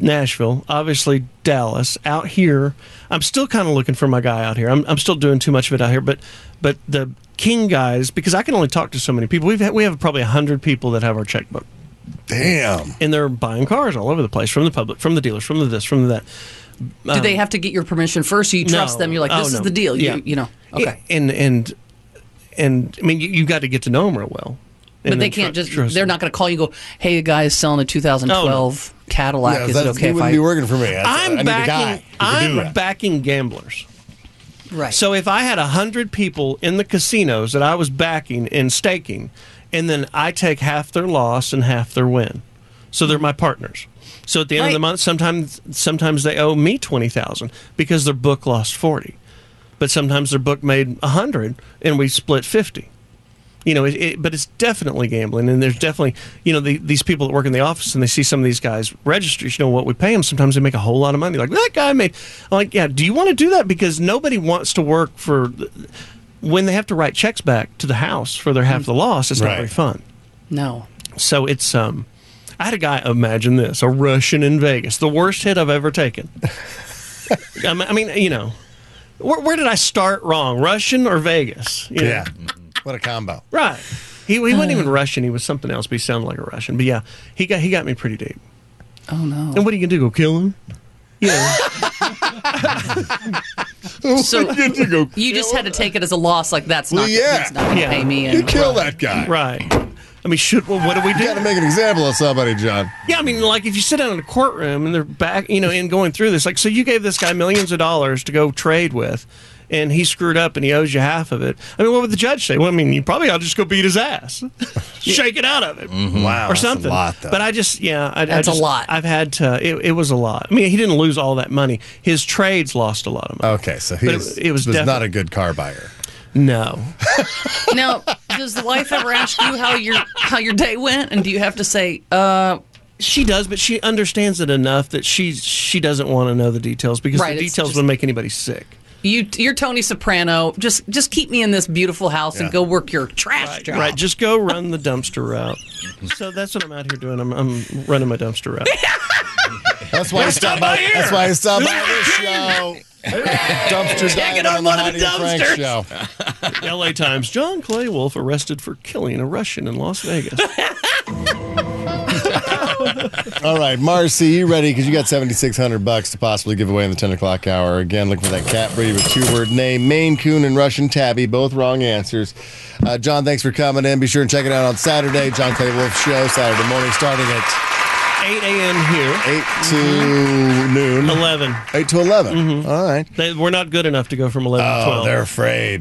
[SPEAKER 5] Nashville, obviously Dallas. Out here, I'm still kind of looking for my guy out here. I'm, I'm still doing too much of it out here, but but the King guys because I can only talk to so many people. We've had, we have probably hundred people that have our checkbook,
[SPEAKER 3] Damn.
[SPEAKER 5] and they're buying cars all over the place from the public, from the dealers, from the this, from the that.
[SPEAKER 6] Do they have to get your permission first? So you
[SPEAKER 5] No.
[SPEAKER 6] trust them. You're like,
[SPEAKER 5] Oh,
[SPEAKER 6] this is
[SPEAKER 5] no.
[SPEAKER 6] the deal.
[SPEAKER 5] Yeah.
[SPEAKER 6] You, you know. Okay.
[SPEAKER 5] and and and I mean you, you got to get to know them real well. And
[SPEAKER 6] but they
[SPEAKER 5] then
[SPEAKER 6] can't
[SPEAKER 5] tru-
[SPEAKER 6] just.
[SPEAKER 5] trust
[SPEAKER 6] they're
[SPEAKER 5] them.
[SPEAKER 6] not going to call you. and Go, hey, the guy is selling a 2012 Cadillac.
[SPEAKER 3] Yeah,
[SPEAKER 6] is it
[SPEAKER 3] that's-
[SPEAKER 6] okay
[SPEAKER 3] you
[SPEAKER 6] if
[SPEAKER 3] wouldn't
[SPEAKER 6] I?
[SPEAKER 3] be working for me. That's- I need
[SPEAKER 5] I'm
[SPEAKER 3] a guy who
[SPEAKER 5] backing.
[SPEAKER 3] can do
[SPEAKER 5] I'm
[SPEAKER 3] that.
[SPEAKER 5] backing gamblers.
[SPEAKER 6] Right.
[SPEAKER 5] So if I had a hundred people in the casinos that I was backing and staking, and then I take half their loss and half their win, so they're my partners. So at the end of the
[SPEAKER 6] Right.
[SPEAKER 5] month, sometimes sometimes they owe me twenty thousand because their book lost forty, but sometimes their book made a hundred and we split fifty. You know, it, it, but it's definitely gambling, and there's definitely you know the, these people that work in the office and they see some of these guys registers. You know what we pay them? Sometimes they make a whole lot of money. Like that guy made. I'm like, yeah. Do you want to do that? Because nobody wants to work for when they have to write checks back to the house for their half the loss. It's not
[SPEAKER 3] Mm. Right.
[SPEAKER 5] very fun.
[SPEAKER 6] no.
[SPEAKER 5] So it's um, I had a guy. Imagine this: a Russian in Vegas, the worst hit I've ever taken. I mean- I mean, you know, where, where did I start wrong? Russian or Vegas? You know?
[SPEAKER 3] Yeah. What a combo.
[SPEAKER 5] Right. He, he wasn't
[SPEAKER 6] Uh.
[SPEAKER 5] even Russian. He was something else, but he sounded like a Russian. But yeah, he got he got me pretty deep.
[SPEAKER 6] Oh no.
[SPEAKER 5] And what are you gonna do? Go kill him? Yeah.
[SPEAKER 6] So
[SPEAKER 3] You go,
[SPEAKER 6] you just had to take it as a loss. Like that's
[SPEAKER 3] Well,
[SPEAKER 6] not.
[SPEAKER 3] yeah.
[SPEAKER 6] He's not going to
[SPEAKER 5] Yeah.
[SPEAKER 6] pay me.
[SPEAKER 3] you
[SPEAKER 6] And,
[SPEAKER 3] kill that guy.
[SPEAKER 5] right. I mean, should well, what do we
[SPEAKER 3] You got to
[SPEAKER 5] do?
[SPEAKER 3] make an example of somebody, John.
[SPEAKER 5] Yeah, I mean, like if you sit down in a courtroom and they're back, you know, and going through this, like, so you gave this guy millions of dollars to go trade with, and he screwed up and he owes you half of it. I mean, what would the judge say? Well, I mean, you probably ought to just go beat his ass, shake it out of him.
[SPEAKER 3] Wow.
[SPEAKER 5] or something.
[SPEAKER 3] That's Oh, a lot, though.
[SPEAKER 5] But I just, yeah, I,
[SPEAKER 6] That's
[SPEAKER 5] I
[SPEAKER 6] a
[SPEAKER 5] just-
[SPEAKER 6] lot.
[SPEAKER 5] I've had to. It, it was a lot. I mean, he didn't lose all that money. His trades lost a lot of money.
[SPEAKER 3] okay, so
[SPEAKER 5] But
[SPEAKER 3] he
[SPEAKER 5] it-
[SPEAKER 3] was,
[SPEAKER 5] it was
[SPEAKER 3] was not
[SPEAKER 5] definite-
[SPEAKER 3] a good car buyer.
[SPEAKER 5] No,
[SPEAKER 6] now, does the wife ever ask you how your how your day went, and do you have to say, uh,
[SPEAKER 5] she does, but she understands it enough that she she doesn't want to know the details because
[SPEAKER 6] Right,
[SPEAKER 5] the
[SPEAKER 6] it's
[SPEAKER 5] details
[SPEAKER 6] just-
[SPEAKER 5] would make anybody sick.
[SPEAKER 6] you you're Tony Soprano? Just just keep me in this beautiful house
[SPEAKER 3] Yeah.
[SPEAKER 6] and go work your trash job.
[SPEAKER 5] Right? Just go run the dumpster route. so that's what I'm out here doing. I'm, I'm running my dumpster route.
[SPEAKER 3] That's why he stopped by. That's why he stopped by this show. Dumpster
[SPEAKER 6] Checking
[SPEAKER 3] diving
[SPEAKER 6] on
[SPEAKER 3] on the
[SPEAKER 6] one of the
[SPEAKER 3] Heidi and Frank
[SPEAKER 6] dumpsters.
[SPEAKER 3] show.
[SPEAKER 5] L.A. Times: John Clay Wolf arrested for killing a Russian in Las Vegas.
[SPEAKER 3] All right, Marcy, you ready? Because you got seventy six hundred bucks to possibly give away in the ten o'clock hour. Again, looking for that cat breed with two word name, Maine Coon and Russian Tabby. Both wrong answers. Uh, John, thanks for coming in. Be sure and check it out on Saturday, John Clay Wolf Show, Saturday morning, starting at
[SPEAKER 5] 8 a.m. here.
[SPEAKER 3] eight to
[SPEAKER 5] Mm-hmm.
[SPEAKER 3] noon,
[SPEAKER 5] 11.
[SPEAKER 3] eight to 11
[SPEAKER 5] Mm-hmm.
[SPEAKER 3] All right.
[SPEAKER 5] They, we're not good enough to go from 11 to
[SPEAKER 3] Oh,
[SPEAKER 5] 12.
[SPEAKER 3] they're afraid.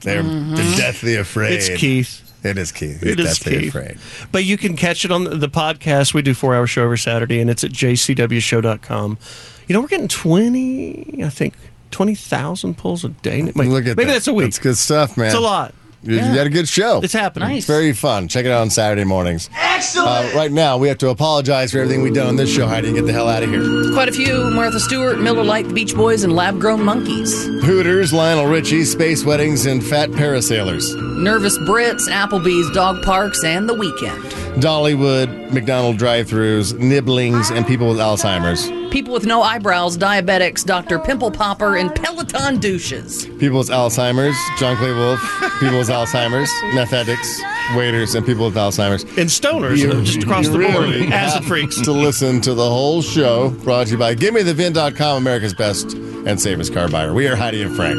[SPEAKER 3] They're they're deathly afraid.
[SPEAKER 5] Mm-hmm. it's Keith.
[SPEAKER 3] It is Keith. He's
[SPEAKER 5] It is
[SPEAKER 3] deathly
[SPEAKER 5] Keith.
[SPEAKER 3] afraid.
[SPEAKER 5] But you can catch it on the- the podcast. We do four hour show every Saturday, and it's at jcwshow.com. You know, we're getting 20, I think, 20,000 pulls a day. Wait,
[SPEAKER 3] Look at
[SPEAKER 5] maybe
[SPEAKER 3] that.
[SPEAKER 5] that's a week.
[SPEAKER 3] That's good stuff, man.
[SPEAKER 5] It's a lot.
[SPEAKER 3] You, you had a good show.
[SPEAKER 5] It's happening.
[SPEAKER 6] Nice.
[SPEAKER 3] It's very fun. Check it out on Saturday mornings. Excellent. right now, we have to apologize for everything we've done on this show. Heidi, get the hell out of here.
[SPEAKER 6] Quite a few Martha Stewart, Miller Lite, the Beach Boys, and Lab Grown Monkeys.
[SPEAKER 3] Hooters, Lionel Richie, space weddings, and fat parasailers.
[SPEAKER 6] Nervous Brits, Applebee's, Dog Parks, and The Weekend.
[SPEAKER 3] Dollywood, McDonald drive-throughs, nibblings, and people with Alzheimer's.
[SPEAKER 6] People with no eyebrows, diabetics, Dr. Pimple Popper, and Peloton douches.
[SPEAKER 3] People with Alzheimer's, John Clay Wolf, people with Alzheimer's, methetics, waiters, and people with Alzheimer's.
[SPEAKER 5] And stoners,
[SPEAKER 3] You-
[SPEAKER 5] uh, just across
[SPEAKER 3] you
[SPEAKER 5] the board.
[SPEAKER 3] really
[SPEAKER 5] Acid
[SPEAKER 3] have
[SPEAKER 5] freaks.
[SPEAKER 3] to listen to the whole show brought to you by GiveMeTheVIN.com, America's best and safest car buyer. We are Heidi and Frank.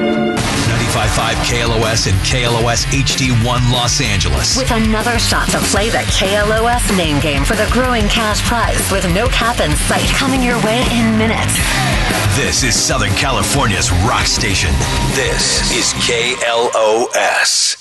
[SPEAKER 1] Ninety-five-five KLOS and KLOS HD1 Los Angeles.
[SPEAKER 2] With another shot to play the KLOS name game for the growing cash prize with no cap in sight coming your way in minutes.
[SPEAKER 1] This is Southern California's rock station. This is KLOS.